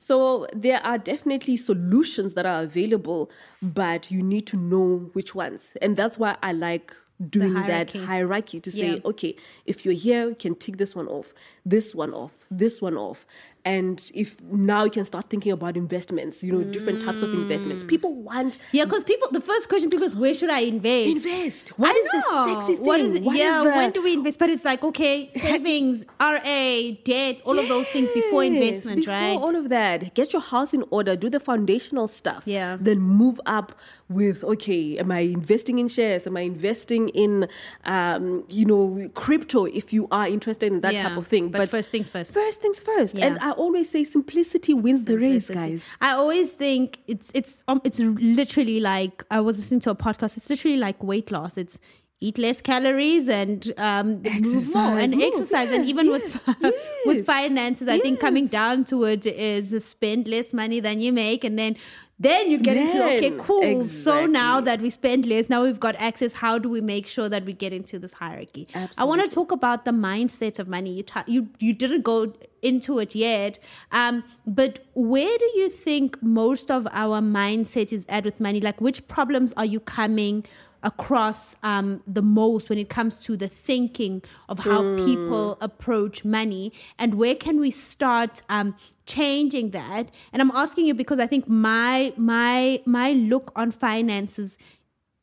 So there are definitely solutions that are available, but you need to know which ones, and that's why I like doing that
hierarchy.
hierarchy to say,
Yeah.
okay, if you're here, you can tick this one off, this one off, this one off. And if now you can start thinking about investments, you know, different types of
Mm.
investments. People want
Yeah, because people, the first question people is, where should I invest?
invest. What
I
is
know.
the sexy thing?
What is it?
What is
yeah,
the-
when do we invest? But it's like, okay, savings, RA, debt, all of those things before
Yes,
investment,
before
right?
all of that, get your house in order, do the foundational stuff.
Yeah.
Then move up with okay, am I investing in shares? Am I investing in, um, you know, crypto? If you are interested in that
Yeah,
type of thing,
but first things first.
First things first.
Yeah.
And I always say simplicity wins the
Simplicity.
race, guys.
I always think it's it's um, it's literally like I was listening to a podcast. It's literally like weight loss. It's eat less calories and um, move more
Exercise,
and
move,
exercise. and
yeah,
even with with
yes.
finances, I think coming down to it is spend less money than you make, and then. Then you get into okay,
Then,
cool. So now
exactly.
that we spend less, now we've got access. How do we make sure that we get into this hierarchy? I want to talk about the mindset of money. You ta- you you didn't go into it yet, um, but where do you think most of our mindset is at with money? Like, which problems are you coming across um, the most when it comes to the thinking of how people approach money, and where can we start? Um, changing that and i'm asking you because i think my my my look on finances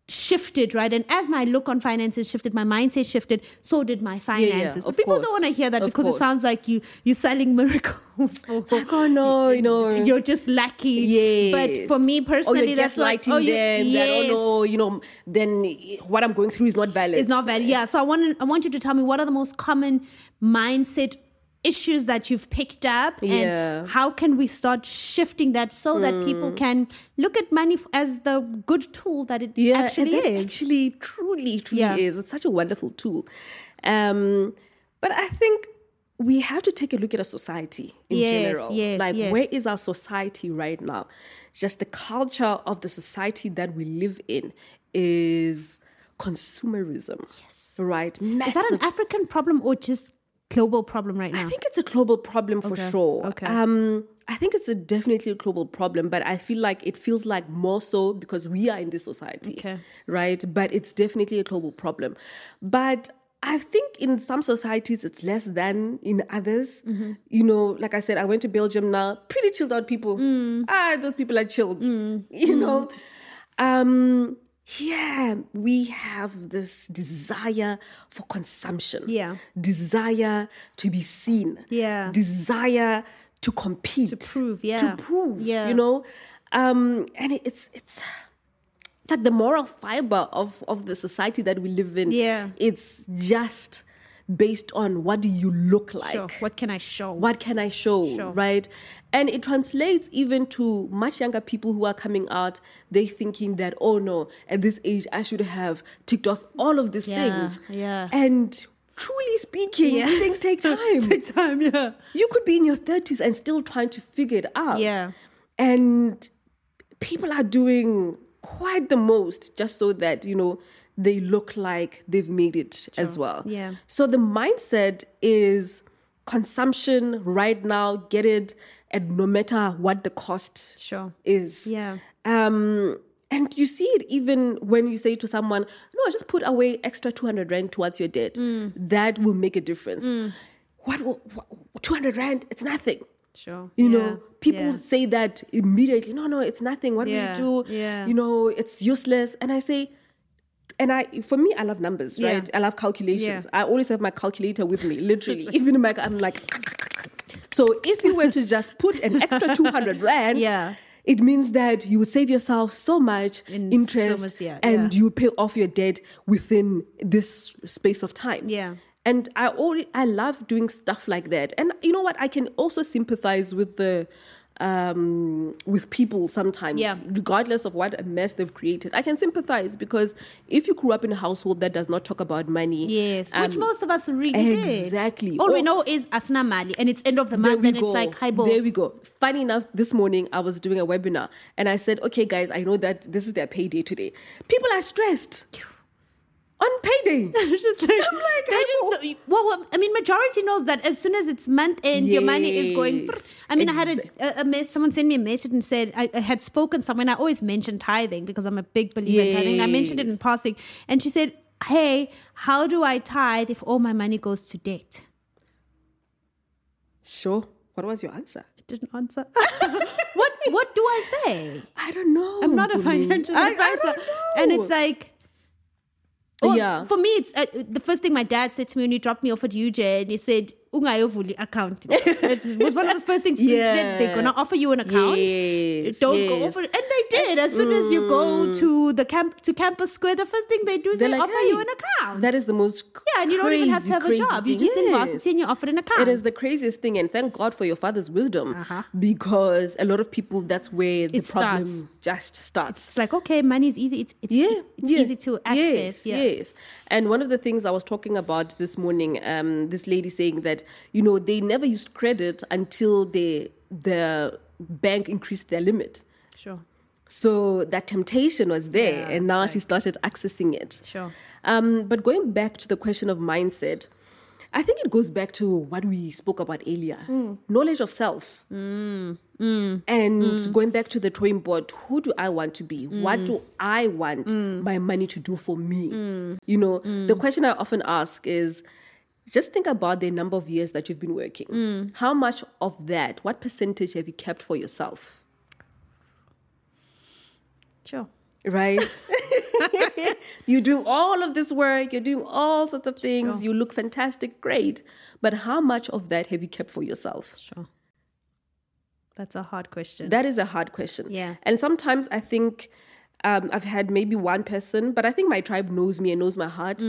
shifted, right? And as my look on finances shifted, my mindset shifted, so did my
yeah,
finances. but
of
people
course,
don't want to hear that
of
because it
course.
sounds like you you're selling miracles. or
Like, oh no, you know.
You're just lucky. But
Yes.
for me
or
personally,
you're
that's
gaslighting
what, oh, you-
them. That,
yes.
oh no, you know, then what I'm going through is not valid.
It's not valid. Yeah. So I want I want you to tell me what are the most common mindset issues that you've picked up
Yeah. Mm.
and how can we start shifting that so that people can look at money f- as the good tool that it
yeah, and
actually
that
is.
Actually, truly, truly
Yeah.
is. It's such a wonderful tool. Um, but I think we have to take a look at our society in
Yes,
general.
yes,
like,
yes.
where is our society right now? Just the culture of the society that we live in is consumerism. Yes. Right?
Is that an African problem or just global problem right now?
I think it's a global problem for
Okay,
sure.
okay.
Um, I think it's a definitely a global problem, but I feel like it feels like more so because we are in this society,
Okay.
right? But it's definitely a global problem. But I think in some societies it's less than in others.
Mm-hmm.
You know, like I said, I went to Belgium now. Pretty chilled out people.
Mm.
Ah, those people are chilled. You know, um, yeah, we have this desire for consumption
Yeah.
desire to be seen
Yeah.
desire to compete to
prove, yeah.
to prove
Yeah.
you know um and it- it's it's it's like the moral fiber of of the society that we live in
Yeah.
it's just based on what do you look like
Sure. What can I show?
what can I show,
Sure.
right? And it translates even to much younger people who are coming out. They thinking that oh no, at this age I should have ticked off all of these
Yeah,
things.
yeah.
And truly speaking,
Yeah.
things take time.
Take time, yeah.
you could be in your thirties and still trying to figure it out.
Yeah.
And people are doing quite the most just so that you know they look like they've made it as well.
Yeah.
So the mindset is consumption right now, get it, and no matter what the cost
Sure.
is.
Yeah.
Um, and you see it even when you say to someone, no, just put away extra 200 Rand towards your debt. That will make a difference. What will, what, 200 Rand? It's nothing.
Sure.
You
Yeah,
know, people
yeah.
say that immediately. No, no, it's nothing. What
Yeah,
do you do?
yeah.
You know, it's useless. And I say, and I, for me, I love numbers,
Yeah.
right? I love calculations. I always have my calculator with me, literally. Even in my, I'm like. So if you were to just put an extra two hundred rand,
Yeah.
it means that you would save yourself so much
In so
interest,
much, yeah,
and
yeah.
you pay off your debt within this space of time.
Yeah.
And I already, I love doing stuff like that. And you know what? I can also sympathize with the um with people sometimes
Yeah.
regardless of what a mess they've created i can sympathize because if you grew up in a household that does not talk about money
Yes, which
um,
most of us really did.
exactly.
All we
Or-
know is asna mali, and it's end of the
there
month,
we
and
go.
it's like hi
There we go. Funny enough, this morning I was doing a webinar and I said, okay, guys, I know that this is their payday today. People are stressed on payday.
just like,
I'm like,
they
hello.
just don't- well, well, I mean, majority knows that as soon as it's month end, your money is going.
Yes,
I mean, I had a, a, a mess, someone sent me a message and said I, I had spoken someone. I always mention tithing because I'm a big believer in tithing. and I mentioned it in
Yes.
passing, and she said, "Hey, how do I tithe if all my money goes to debt?"
Sure. What was your answer?
I didn't answer. what What do I say?
I don't know.
I'm not a
Bumi.
financial
I- I
advisor.
don't know.
And it's like, well,
Yeah.
for me, it's uh, the first thing my dad said to me when he dropped me off at UJ and he said, Ungayovuli account. it was one of the first things they-
Yeah.
they, are going to offer you an account.
Yes,
Don't go
yes. Mm.
over it. And they did. As soon as you go to the camp to campus square, the first thing they do is they
They're like,
offer
"Hey,
you an account.
That is the most
yeah, and you don't even have to
crazy,
have a
crazy
job. You're
thing.
just in
Yes.
varsity and you're offered an account.
It is the craziest thing, and thank God for your father's wisdom,
Uh-huh.
because a lot of people that's where the
It
problem
starts.
just starts.
it's like, okay, money's easy. It's, it's, e-,
yeah,
it's
yeah.
easy to access.
Yes,
yeah.
yes. And one of the things I was talking about this morning, um, this lady saying that you know they never used credit until they the bank increased their limit.
Sure.
So that temptation was there,
Yeah,
and now she started accessing it.
Sure.
Um, but going back to the question of mindset, I think it goes back to what we spoke about earlier knowledge of self. And going back to the drawing board, who do I want to be? What do I want my money to do for me? You know, the question I often ask is just think about the number of years that you've been working. How much of that, what percentage have you kept for yourself?
Sure.
right? you do all of this work, you're doing all sorts of things, you look fantastic, great. But how much of that have you kept for yourself?
Sure. That's a hard question.
That is a hard question.
Yeah.
And sometimes I think Um, I've had maybe one person, but I think my tribe knows me and knows my heart.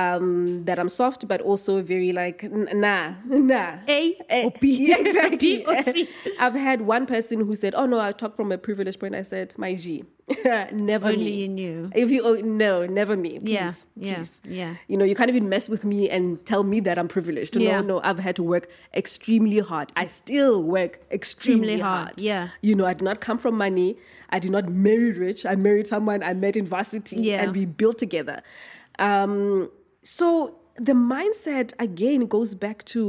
Um, that I'm soft, but also very like n- nah, nah.
A
Eh,
or B.
yeah, exactly.
B or C.
I've had one person who said, "Oh no, I talk from a privileged point." I said, "My G, never
Only
me.
you knew.
If you oh, no, never me. Please,
Yeah, yeah,
please.
yeah.
You know, you can't even mess with me and tell me that I'm privileged.
Yeah.
No, no, I've had to work extremely hard. I still work extremely,
Extremely hard, yeah.
You know, I did not come from money. I did not marry rich. I married someone I met in varsity,
Yeah.
and we built together. Um, so the mindset again goes back to.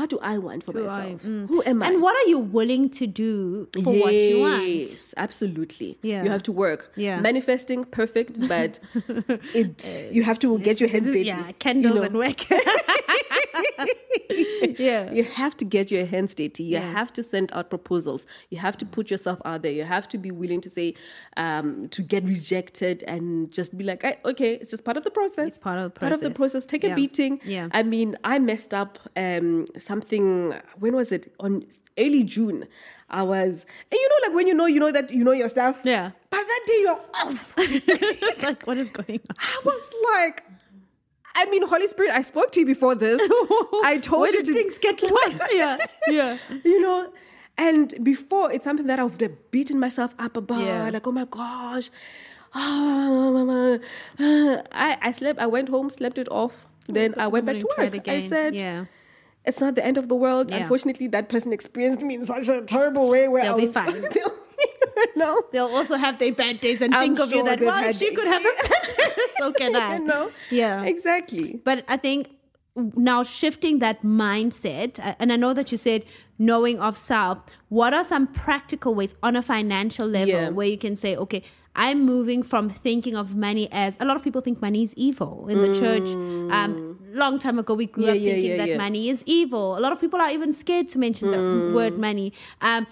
What do I want for myself? Who am I?
mm. And what are you willing to do for what you want?
Yes, absolutely.
Yeah.
You have to work.
Yeah.
Manifesting, perfect, but it you have to get your hands dirty.
Yeah,
you
candles
know.
and work. yeah.
You have to get your hands dirty. You
Yeah.
have to send out proposals. You have to put yourself out there. You have to be willing to say, um, to get rejected and just be like, "Eh, okay, it's just part of the process.
It's part of the
Part of the
process.
process. Take
Yeah.
a beating.
Yeah.
I mean, I messed up um, something. When was it? On early June. I was, and you know, like when you know, you know that you know your stuff.
Yeah.
By that day, you're off.
it's like, what is going on?
I was like, I mean, Holy Spirit, I spoke to you before this. I told
Where
you
did
to-
things get lost? yeah, yeah.
you know, and before it's something that I would have beaten myself up about.
Yeah.
Like, oh my gosh, Ah, I I slept. I went home, slept it off. Then I went back to
Tried
work. I said,
yeah,
it's not the end of the world.
Yeah.
Unfortunately, that person experienced me in such a terrible way where
They'll
I
be
was,
fine.
no.
they'll also have their bad days and
I'm
think of you
sure
that
they've
well,
had
if she
days."
could have a bad day, so can I.
You know?
Yeah.
Exactly.
But I think now shifting that mindset, uh, and I know that you said knowing of self, what are some practical ways on a financial level
Yeah.
where you can say, okay, I'm moving from thinking of money as a lot of people think money is evil in the church.
Mm.
Um, long time ago, we grew
Yeah,
up
yeah,
thinking
yeah,
that
yeah. Hmm.
money is evil. A lot of people are even scared to mention the word money. Um,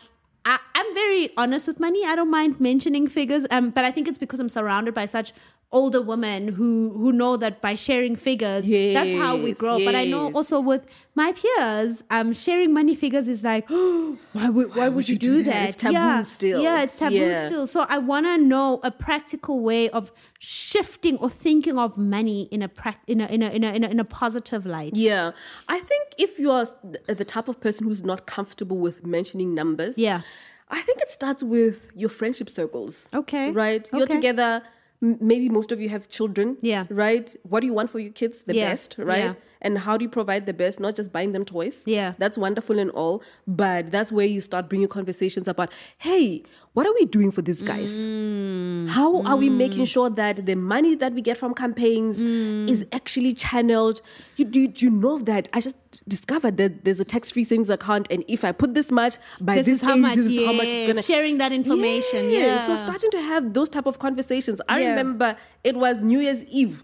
I, I'm very honest with money. I don't mind mentioning figures, um, but I think it's because I'm surrounded by such older women who who know that by sharing figures, that's how we
Yes,
grow. But I know
yes.
also with my peers, um, sharing money figures is like, why would why, would you, do, that?
It's taboo
yeah.
still.
Yeah, it's taboo
Yeah.
still. So I want to know a practical way of shifting or thinking of money in a prac in a in a in a in a, in a positive light.
Yeah. I think if you are th- the type of person who's not comfortable with mentioning numbers,
Yeah.
I think it starts with your friendship circles.
Okay.
Right? You're
Okay.
together. m- Maybe most of you have children.
Yeah.
Right? What do you want for your kids? The
Yeah.
best, right?
Yeah.
And how do you provide the best? Not just buying them toys.
Yeah.
That's wonderful and all. But that's where you start bringing conversations about hey, what are we doing for these guys?
Mm.
How are we making sure that the money that we get from campaigns
Mm.
is actually channeled? You, do, do you know that? I just discovered that there's a tax free savings account, and if I put this much by
This
this,
is how
age,
much,
this is how much
yes,
it's gonna
sharing that information, yeah.
So starting to have those type of conversations. I
Yeah.
remember it was New Year's Eve.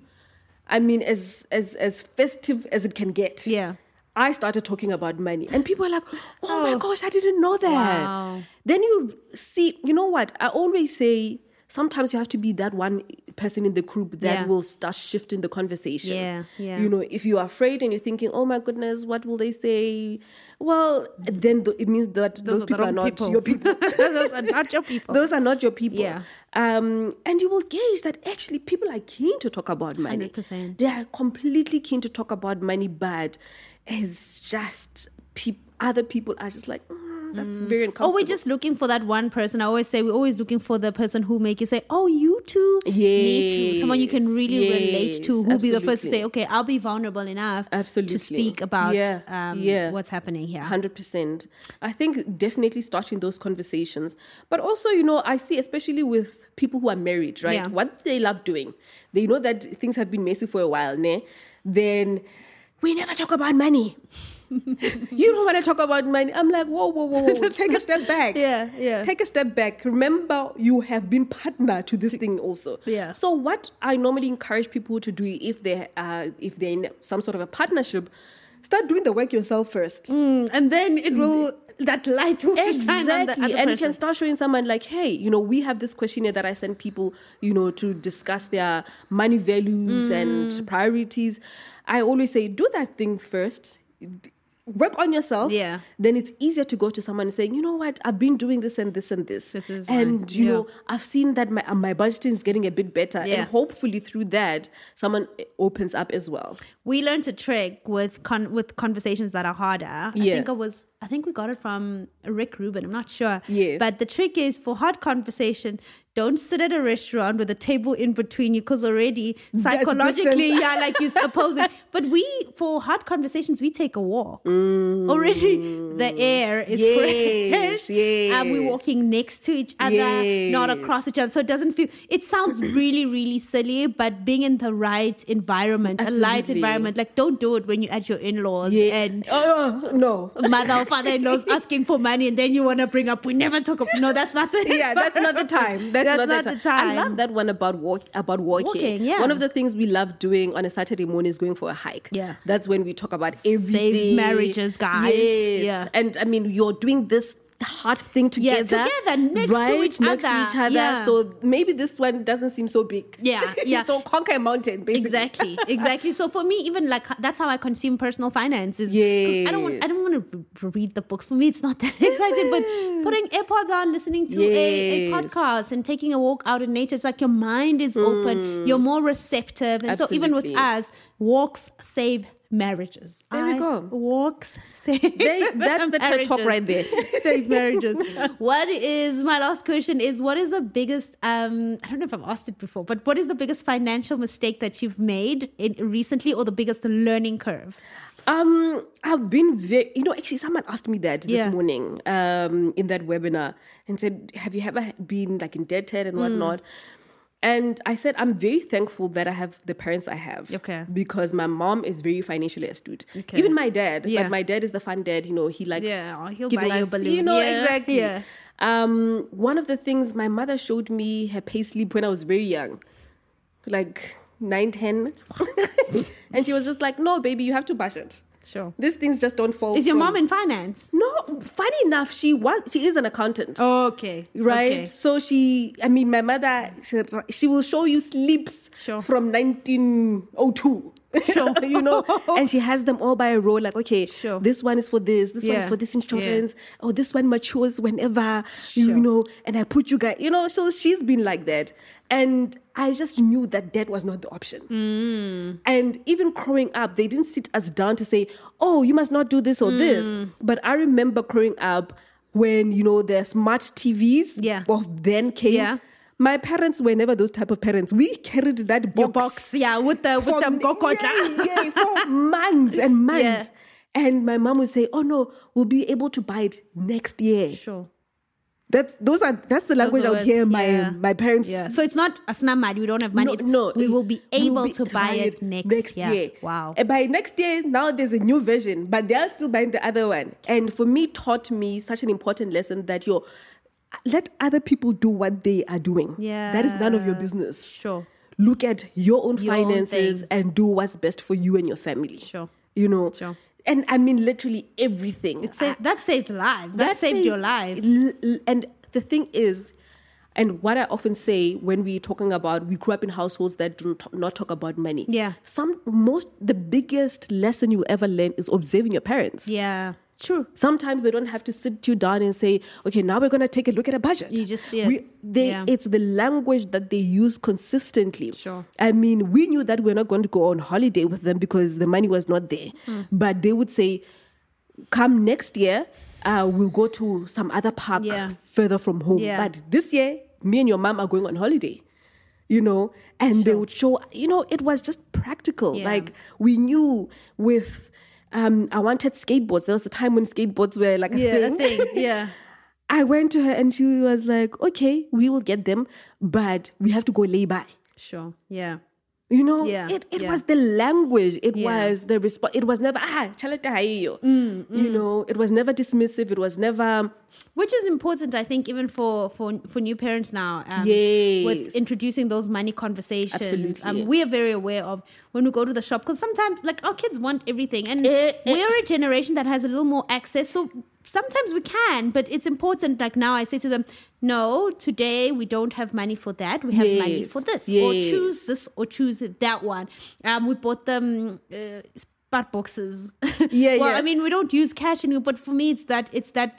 I mean, as as as festive as it can get.
Yeah.
I started talking about money, and people are like, "Oh,
Oh.
my gosh, I didn't know that."
Wow.
Then you see, you know what? I always say. Sometimes you have to be that one person in the group that
Yeah.
will start shifting the conversation.
Yeah, yeah.
You know, if you are afraid and you're thinking, "Oh my goodness, what will they say?" Well, then th- it means that those,
the
people are
wrong
not your people.
those are not your people.
Those are not your people.
Yeah.
Um, and you will gauge that actually people are keen to talk about money.
100%.
They are completely keen to talk about money, but it's just peop other people are just like, "Mm, that's very
Or
uncomfortable.
we're just looking for that one person. I always say we're always looking for the person who make you say, "Oh, you too, me too." Someone you can
Yes,
really relate to, who
yes,
will be the first to
absolutely.
say, "Okay, I'll be vulnerable enough
Absolutely.
to speak about
Yeah,
Um,
yeah.
what's happening here."
Hundred percent. I think definitely starting those conversations, but also you know I see especially with people who are married, right?
Yeah.
What they love doing, they know that things have been messy for a while, ne? Then we never talk about money. you don't want to talk about money. I'm like, whoa, whoa, whoa, whoa. Take a step back.
Yeah, yeah.
Take a step back. Remember, you have been partner to this thing also.
Yeah.
So what I normally encourage people to do if they uh, if they're in some sort of a partnership, start doing the work yourself first.
Mm, and then it will that light will shine on the
Exactly.
other
And you
person.
can start showing someone like, hey, you know, we have this questionnaire that I send people, you know, to discuss their money
Mm.
values and priorities. I always say, do that thing first. work on yourself
Yeah.
then it's easier to go to someone and saying you know what i've been doing this and this and this
This is
and
mine.
you
Yeah.
know i've seen that my uh, my budgeting is getting a bit better
Yeah.
and hopefully through that someone eh, opens up as well
we learned a trick with con- with conversations that are harder. I
Yeah.
think it was I think we got it from Rick Rubin. I'm not sure.
Yes.
But the trick is for hard conversation, don't sit at a restaurant with a table in between you because already psychologically,
distance.
yeah, like you're opposing. But we for hard conversations, we take a walk. Already the air is
Mm. Yes,
fresh. And we're
yes.
walking next to each other, not
Yes.
across each other. So it doesn't feel it sounds really, really silly, but being in the right environment a light
Absolutely.
environment. Like, don't do it when you're at your in laws and
oh no
mother or father in laws asking for money, and then you want to bring up, we never talk about. No, that's not the
yeah, that's not the time. That's,
That's
not,
not
the,
the
time.
time.
I love that one about walk about walking.
Walking, yeah.
One of the things we love doing on a Saturday morning is going for a hike.
Yeah.
That's when we talk about everything.
marriages, guys.
Yes.
Yeah.
And I mean you're doing this hard thing
Yeah,
together.
together, next to
right,
each
next
other.
to each other.
Yeah.
So maybe this one doesn't seem so big.
Yeah, yeah.
so conquer a mountain, basically.
Exactly, exactly. So for me, even like that's how I consume personal finances. 'Cause I don't want, I
Yes.
don't want to r- read the books. For me, it's not that exciting. But putting AirPods on, listening to a, a
Yes.
podcast, and taking a walk out in nature, it's like your mind is open. You're more receptive, and so even with
Hmm. Absolutely.
us, walks save marriages.
There we
I-
go.
Walks save.
They- that's the TED Talk
marriages.
right there.
save marriages. What is my last question? Is what is the biggest? Um, I don't know if I've asked it before, but what is the biggest financial mistake that you've made in recently, or the biggest learning curve?
Um, I've been very, you know, actually, someone asked me that this
Yeah.
morning um, in that webinar and said, Have you ever been like indebted
Hmm.
and whatnot? And I said, I'm very thankful that I have the parents I have.
Okay.
Because my mom is very financially astute.
Okay.
Even my dad,
Yeah.
but my dad is the fun dad, you know, he likes
Yeah, he'll
giving
buy you a
us-
balloon.
know,
Yeah,
exactly.
yeah.
Um, one of the things my mother showed me her pay slip when I was very young like nine, ten, and she was just like, no, baby, you have to budget.
Sure.
These things just don't fall.
Is your
from-
mom in finance?
No, funny enough, she was. She is an accountant.
Oh, Okay.
Right,
Okay.
so she, I mean, my mother, she, she will show you slips
Sure.
from 1902,
Sure.
you know, and she has them all by a row. Like, okay,
Sure.
this one is for this, this one
Yeah.
is for this
Yeah.
insurance, or this one matures whenever, you,
Sure.
you know, and I put you guys, you know. So she's been like that, and I just knew that debt was not the option.
Mm.
And even growing up, they didn't sit us down to say, oh, you must not do this or
Hmm.
this. But I remember growing up when, you know, the smart TVs
Yeah.
of then came.
Yeah.
My parents were never those type of parents. We carried that box,
Your box, yeah, with the with the mgokotla.
yeah, yeah, for months and months.
Yeah.
And my mom would say, oh no, we'll be able to buy it next year.
Sure.
That's those are that's the language
are
I'll
words,
hear my
yeah.
my parents
Yeah. So it's not asna mad. We don't have money.
no,
it's,
no,
we will be
we'll
able
be-
to buy it next, year. Wow.
And by next year, now there's a new version, but they are still buying the other one. And for me, taught me such an important lesson that yo, let other people do what they are doing. that is none of your
Yeah.
business.
Sure.
Look at your own
Your own
finances
thing.
and do what's best for you and your family.
Sure.
you know.
Sure.
And I mean, literally everything.
It sa- that saved lives. That, saved
says-
your life.
l- l- And the thing is, and what I often say when we're talking about, we grew up in households that do t- not talk about money.
Yeah.
Some most the biggest lesson you'll ever learn is observing your parents.
Yeah. True.
Sometimes they don't have to sit you down and say, "Okay, now we're going to take a look at a budget."
You just see it.
We, they,
Yeah.
It's the language that they use consistently.
Sure.
I mean, we knew that we're not going to go on holiday with them because the money was not there.
Hmm.
But they would say, "Come next year, uh, we'll go to some other park
Yeah.
further from home."
Yeah.
But this year, me and your mom are going on holiday. You know, and they would show. You know, it was just practical.
Yeah.
Like we knew with. Um, I wanted skateboards. There was a time when skateboards were like a
Yeah.
thing.
Thing. Yeah.
I went to her and she was like, okay, we will get them, but we have to go lay by.
Sure. Yeah.
You know,
Yeah,
it, it
yeah.
was the language. It
Yeah. Mm,
was the response. It was never, ah, chalate hayo. You know, it was never dismissive. It was never,
Which is important, I think, even for for, for new parents now. Um, With
Yes.
introducing those money conversations. Um,
Absolutely.
we are very aware of when we go to the shop because sometimes, like, our kids want everything. And we're a generation that has a little more access. So sometimes we can, but it's important. Like, now I say to them, no, today we don't have money for that. We have money
Yes,
for this. Or
yes.
choose this or choose that one. Um, we bought them. Uh, thought boxes.
Yeah,
well,
yeah.
I mean, we don't use cash anymore, but for me, it's that it's that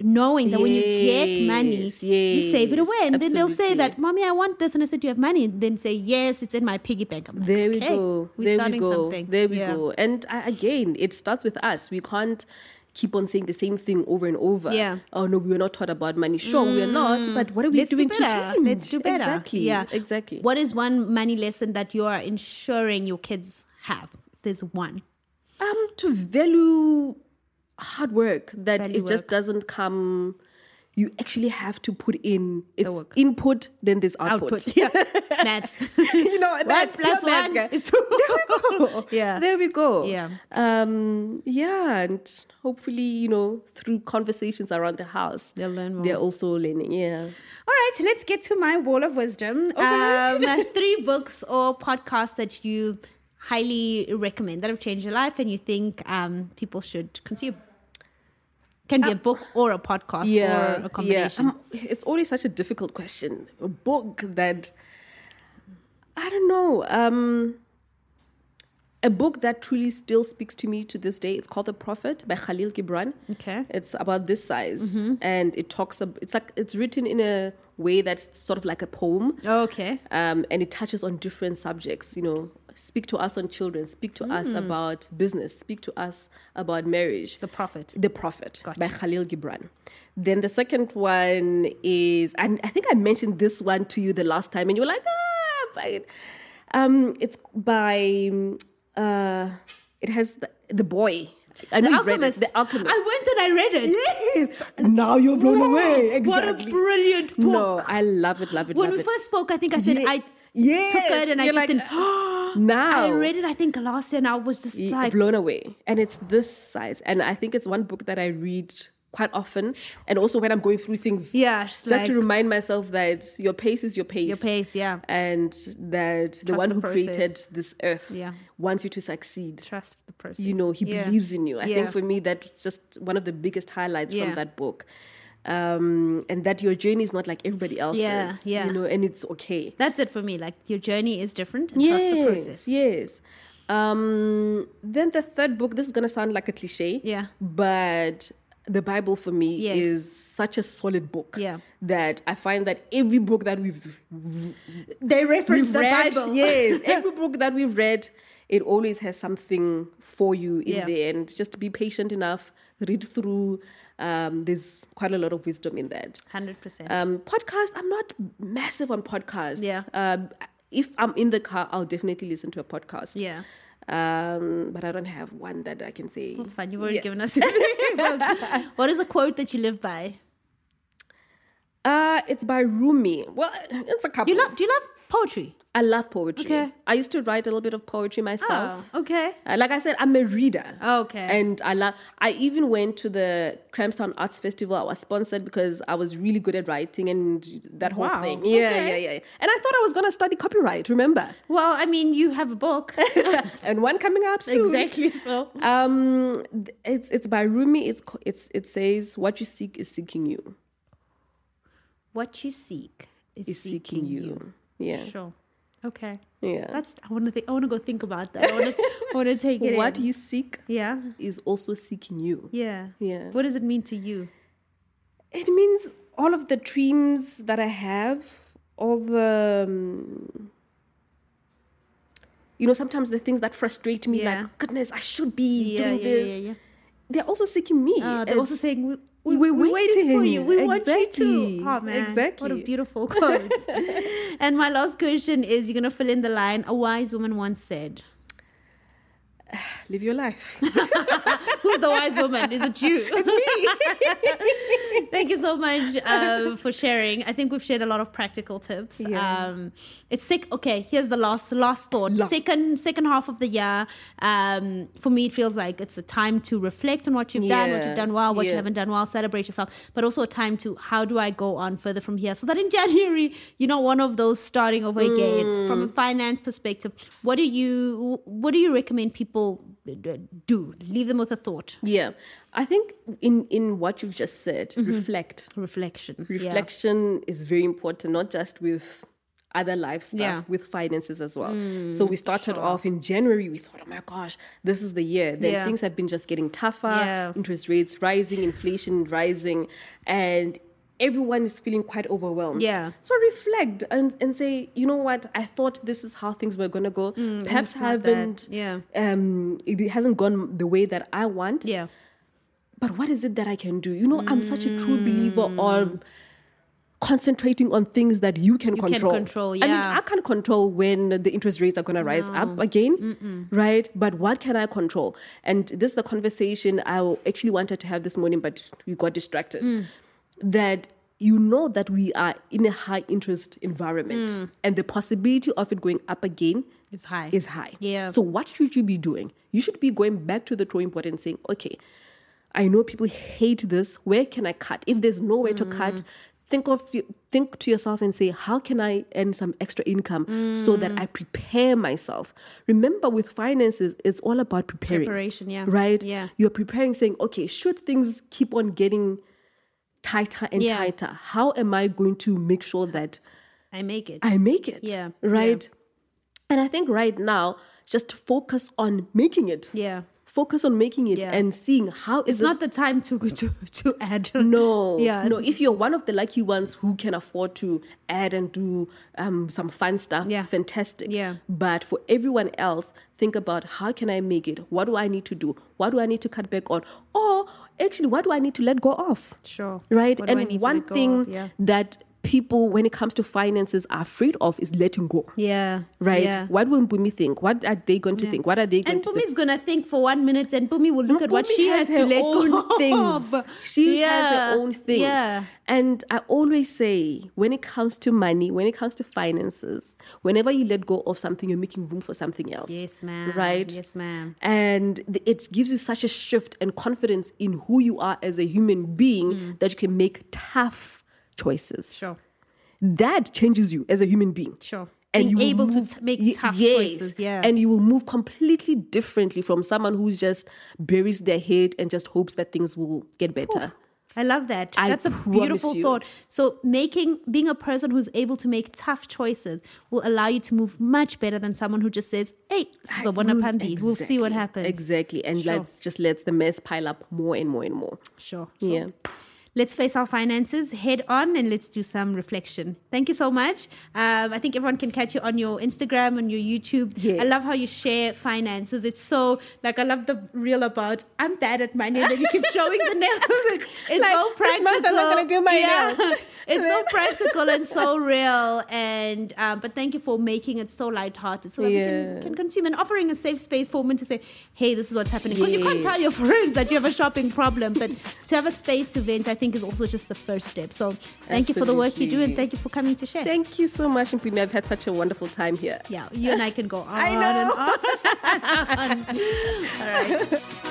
knowing that when you get money,
Yes,
you save it
yes,
away, and then they'll say
absolutely.
that, "Mommy, I want this," and I said, "Do you have money?" And then say, "Yes, it's in my piggy bank." I'm like,
There we
okay,
go.
We're
there we
starting
go.
something.
There we
Yeah.
go. And uh, again, it starts with us. We can't keep on saying the same thing over and over.
Yeah. Mm.
Oh no, we were not taught about money. Sure, we are not. But what are we
Let's do
doing to
better.
change?
Let's do better.
Exactly.
Yeah.
Exactly.
What is one money lesson that you are ensuring your kids have? If There's one.
Um, to value hard work that
Value
it just
work.
doesn't come. You actually have to put in. It's
work.
input. Then there's output.
Output. Yeah. Maths.
you know, that's
plus
pure math,
one
guys.
is two.
There we go.
Yeah.
There we go.
Yeah.
Um, yeah. And hopefully, you know, through conversations around the house,
They'll learn more.
They're also learning. Yeah.
All right, let's get to my wall of wisdom. Um, three books or podcasts that you highly recommend that have changed your life and you think um, people should consume. Can be a book or a podcast
Uh, Yeah.
or a combination.
Yeah. Um, it's always such a difficult question. A book that, I don't know. Um, a book that truly still speaks to me to this day. It's called The Prophet by Khalil Gibran.
Okay. Mm-hmm.
It's about this size, and it talks. Ab- it's like it's written in a way that's sort of like a poem,
Okay.
um, and it touches on different subjects. You know, speak to us on children, speak to us
Hmm.
about business, speak to us about marriage.
The Prophet.
The Prophet
Gotcha.
by Khalil Gibran. Then the second one is, and I think I mentioned this one to you the last time, and you were like, ah, but um, it's by, um, uh, it has the, the boy. I know
The
you've read it.
Alchemist.
The Alchemist.
I went and I read it.
Yes. Now you're blown
Whoa,
away.
What
Exactly.
a brilliant book.
No, I love it, love it,
when
love
we
it.
first spoke, I think I said
Ye-
I
Yes.
took it and I
You're
just
like, "Oh."
didn't.
now.
I read it, I think, last year, and I was just
y-
like,
blown away. And it's this size. And I think it's one book that I read quite often. And also when I'm going through things.
Yeah, it's
Just to
like-
remind myself that your pace is your pace.
Your pace, yeah.
And that the one
the
who
process.
created this earth
Yeah.
wants you to succeed.
trust the process.
You know, he
Yeah.
believes in you. I
Yeah.
think for me that's just one of the biggest highlights
Yeah.
from that book. Um, and that your journey is not like everybody else's.
yeah.
You know, and it's okay.
That's it for me. Like your journey is different and trust the process.
Yes. Um, then the third book, this is going to sound like a cliche.
Yeah.
But the Bible for me
Yes.
is such a solid book.
Yeah.
That I find that every book that we've,
They reference
we've read, yes, every book that we've read, it always has something for you in
Yeah.
there. And just be patient enough, read through. Um, there's quite a lot of wisdom in that.
Hundred percent.
Um, podcast, I'm not massive on podcasts.
Yeah.
Um, if I'm in the car, I'll definitely listen to a podcast.
Yeah,
Um, but I don't have one that I can say.
it's fine. You've already given us. the- what is a quote that you live by?
Uh, it's by Rumi. Well, it's a couple.
You love? Do you love poetry?
I love poetry.
Okay.
I used to write a little bit of poetry myself.
okay.
Uh, like I said, I'm a reader.
Oh, Okay.
And I love. I even went to the Cramstown Arts Festival. I was sponsored because I was really good at writing and that whole
Wow.
thing. Yeah,
Okay.
yeah, yeah. And I thought I was gonna study copyright. Remember?
well, I mean, you have a book.
and one coming up soon.
So
Um, th- it's it's by Rumi. It's co- it's it says what you seek is seeking you.
what you seek is,
Is seeking, you. Uh. Yeah,
Sure. Okay.
yeah.
That's. I want to think. I want to go think about that. I want to. I want to take it.
what
in.
you seek
Yeah.
is also seeking you.
Yeah.
Yeah.
What does it mean to you?
It means all of the dreams that I have, all the. um, you know, sometimes the things that frustrate me,
Yeah.
like goodness, I should be
Yeah.
doing
Yeah.
this.
Yeah. Yeah.
They're also seeking me.
Uh, they're
It's-
also saying we,
We're
we're waiting for you.
waiting.
We want you
Exactly.
to. Oh man, what a
Exactly.
beautiful quote. and my last question is: You're gonna fill in the line. A wise woman once said.
live your life.
Who's the wise woman? Is it you? It's me. Thank you so much um, for sharing. I think we've shared a lot of practical tips.
Yeah.
Um, it's sick. Okay, here's the last last thought.
Last.
Second second half of the year. Um, for me, it feels like it's a time to reflect on what you've done, what
Yeah.
you've done well, what you
Yeah.
haven't done well, celebrate yourself, but also a time to how do I go on further from here, so that in January you're not one of those starting over
Mm.
again. From a finance perspective, what do you what do you recommend people d- do? Leave them with a thought.
yeah, I think in in what you've just said, reflect.
reflection. Yeah.
reflection is very important not just with other life stuff
Yeah. Mm,
with finances as well. so we started off in January. We thought, oh my gosh, this is the year. Then
Yeah.
things have been just getting tougher.
Yeah.
Interest rates rising, inflation rising, and everyone is feeling quite overwhelmed.
Yeah.
So reflect and, and say, you know what? I thought this is how things were gonna go. Perhaps
Mm, it's not that.
haven't.
Yeah.
Um, it hasn't gone the way that I want
Yeah.
but what is it that I can do? You know, I'm such a true believer of concentrating on things that you can
can
control.
control,
I mean,
yeah.
I can't control when the interest rates are going to rise up again, right? But what can I control? And this is the conversation I actually wanted to have this morning, but we got distracted. That you know that we are in a high interest environment and the possibility of it going up again
It's high.
is high.
Yeah.
So what should you be doing? You should be going back to the drawing board and saying, okay, I know people hate this. Where can I cut? If there's nowhere to
Mm.
cut, think of think to yourself and say, how can I earn some extra income so that
Mm.
I prepare myself? Remember, with finances, it's all about preparing.
Preparation, yeah.
Right.
Yeah.
You're preparing, saying, okay, should things keep on getting tighter and
Yeah.
tighter, how am I going to make sure that
I make it.
I make it.
Yeah,
Right. And I think right now, just focus on making it.
yeah.
Focus on making it
Yeah.
and seeing how is
It's not the time to to to add.
it. No,
Yeah,
no.
it's-
If you're one of the lucky ones who can afford to add and do um, some fun stuff,
Yeah.
fantastic.
Yeah.
But for everyone else, think about how can I make it? What do I need to do? What do I need to cut back on? Or actually, what do I need to let go of?
Sure.
right
What do I need
and
to
one
let go
thing
of? Yeah.
that people when it comes to finances are afraid of is letting go
Yeah.
right
Yeah.
what will bumi think what are they going to think what are they going
And
to think
Pumi's gonna think for one minute, and Pumi will look at what
Bumi
she has, to
her
let
own
go of.
things she
Yeah.
has her own things
Yeah.
and i always say when it comes to money when it comes to finances whenever you let go of something you're making room for something else
Yes, ma'am.
right
Yes, ma'am.
and th- it gives you such a shift and confidence in who you are as a human being that you can make tough choices
Mm. Sure.
that changes you as a human being.
Sure.
And
Being
you will
able to
move-
t- make
Ye-
tough
yes.
choices, yeah.
And you will move completely differently from someone who just buries their head and just hopes that things will get better.
I love that.
I
That's a
promise
beautiful
you.
thought. So making being a person who's able to make tough choices will allow you to move much better than someone who just says, "Hey, so one
Will-
pambi. We'll see what
Mm, exactly,
happens."
Exactly. And
Sure.
let's just let the mess pile up more and more and more.
Sure. So
Yeah.
Let's face our finances head on and let's do some reflection. Thank you so much. Um, I think everyone can catch you on your Instagram, on your YouTube.
Yes.
I love how you share finances. It's so like I love the reel about I'm bad at my nails and you keep showing the nails. It's
Like,
so
this month I'm not
practical.
gonna do my nails.
it's so practical and so real. And um, but thank you for making it so lighthearted so that we
Yeah.
can, can consume and offering a safe space for women to say, "Hey, this is what's happening." Because you can't
Yes.
tell your friends that you have a shopping problem, but to have a space to vent, I think, is also just the first step. So thank you for the work you do and
Absolutely.
thank you for coming to share.
Thank you so much, Mpumi. I've had such a wonderful time here.
yeah, you and I can go on
I
and
know.
on. and on. All right.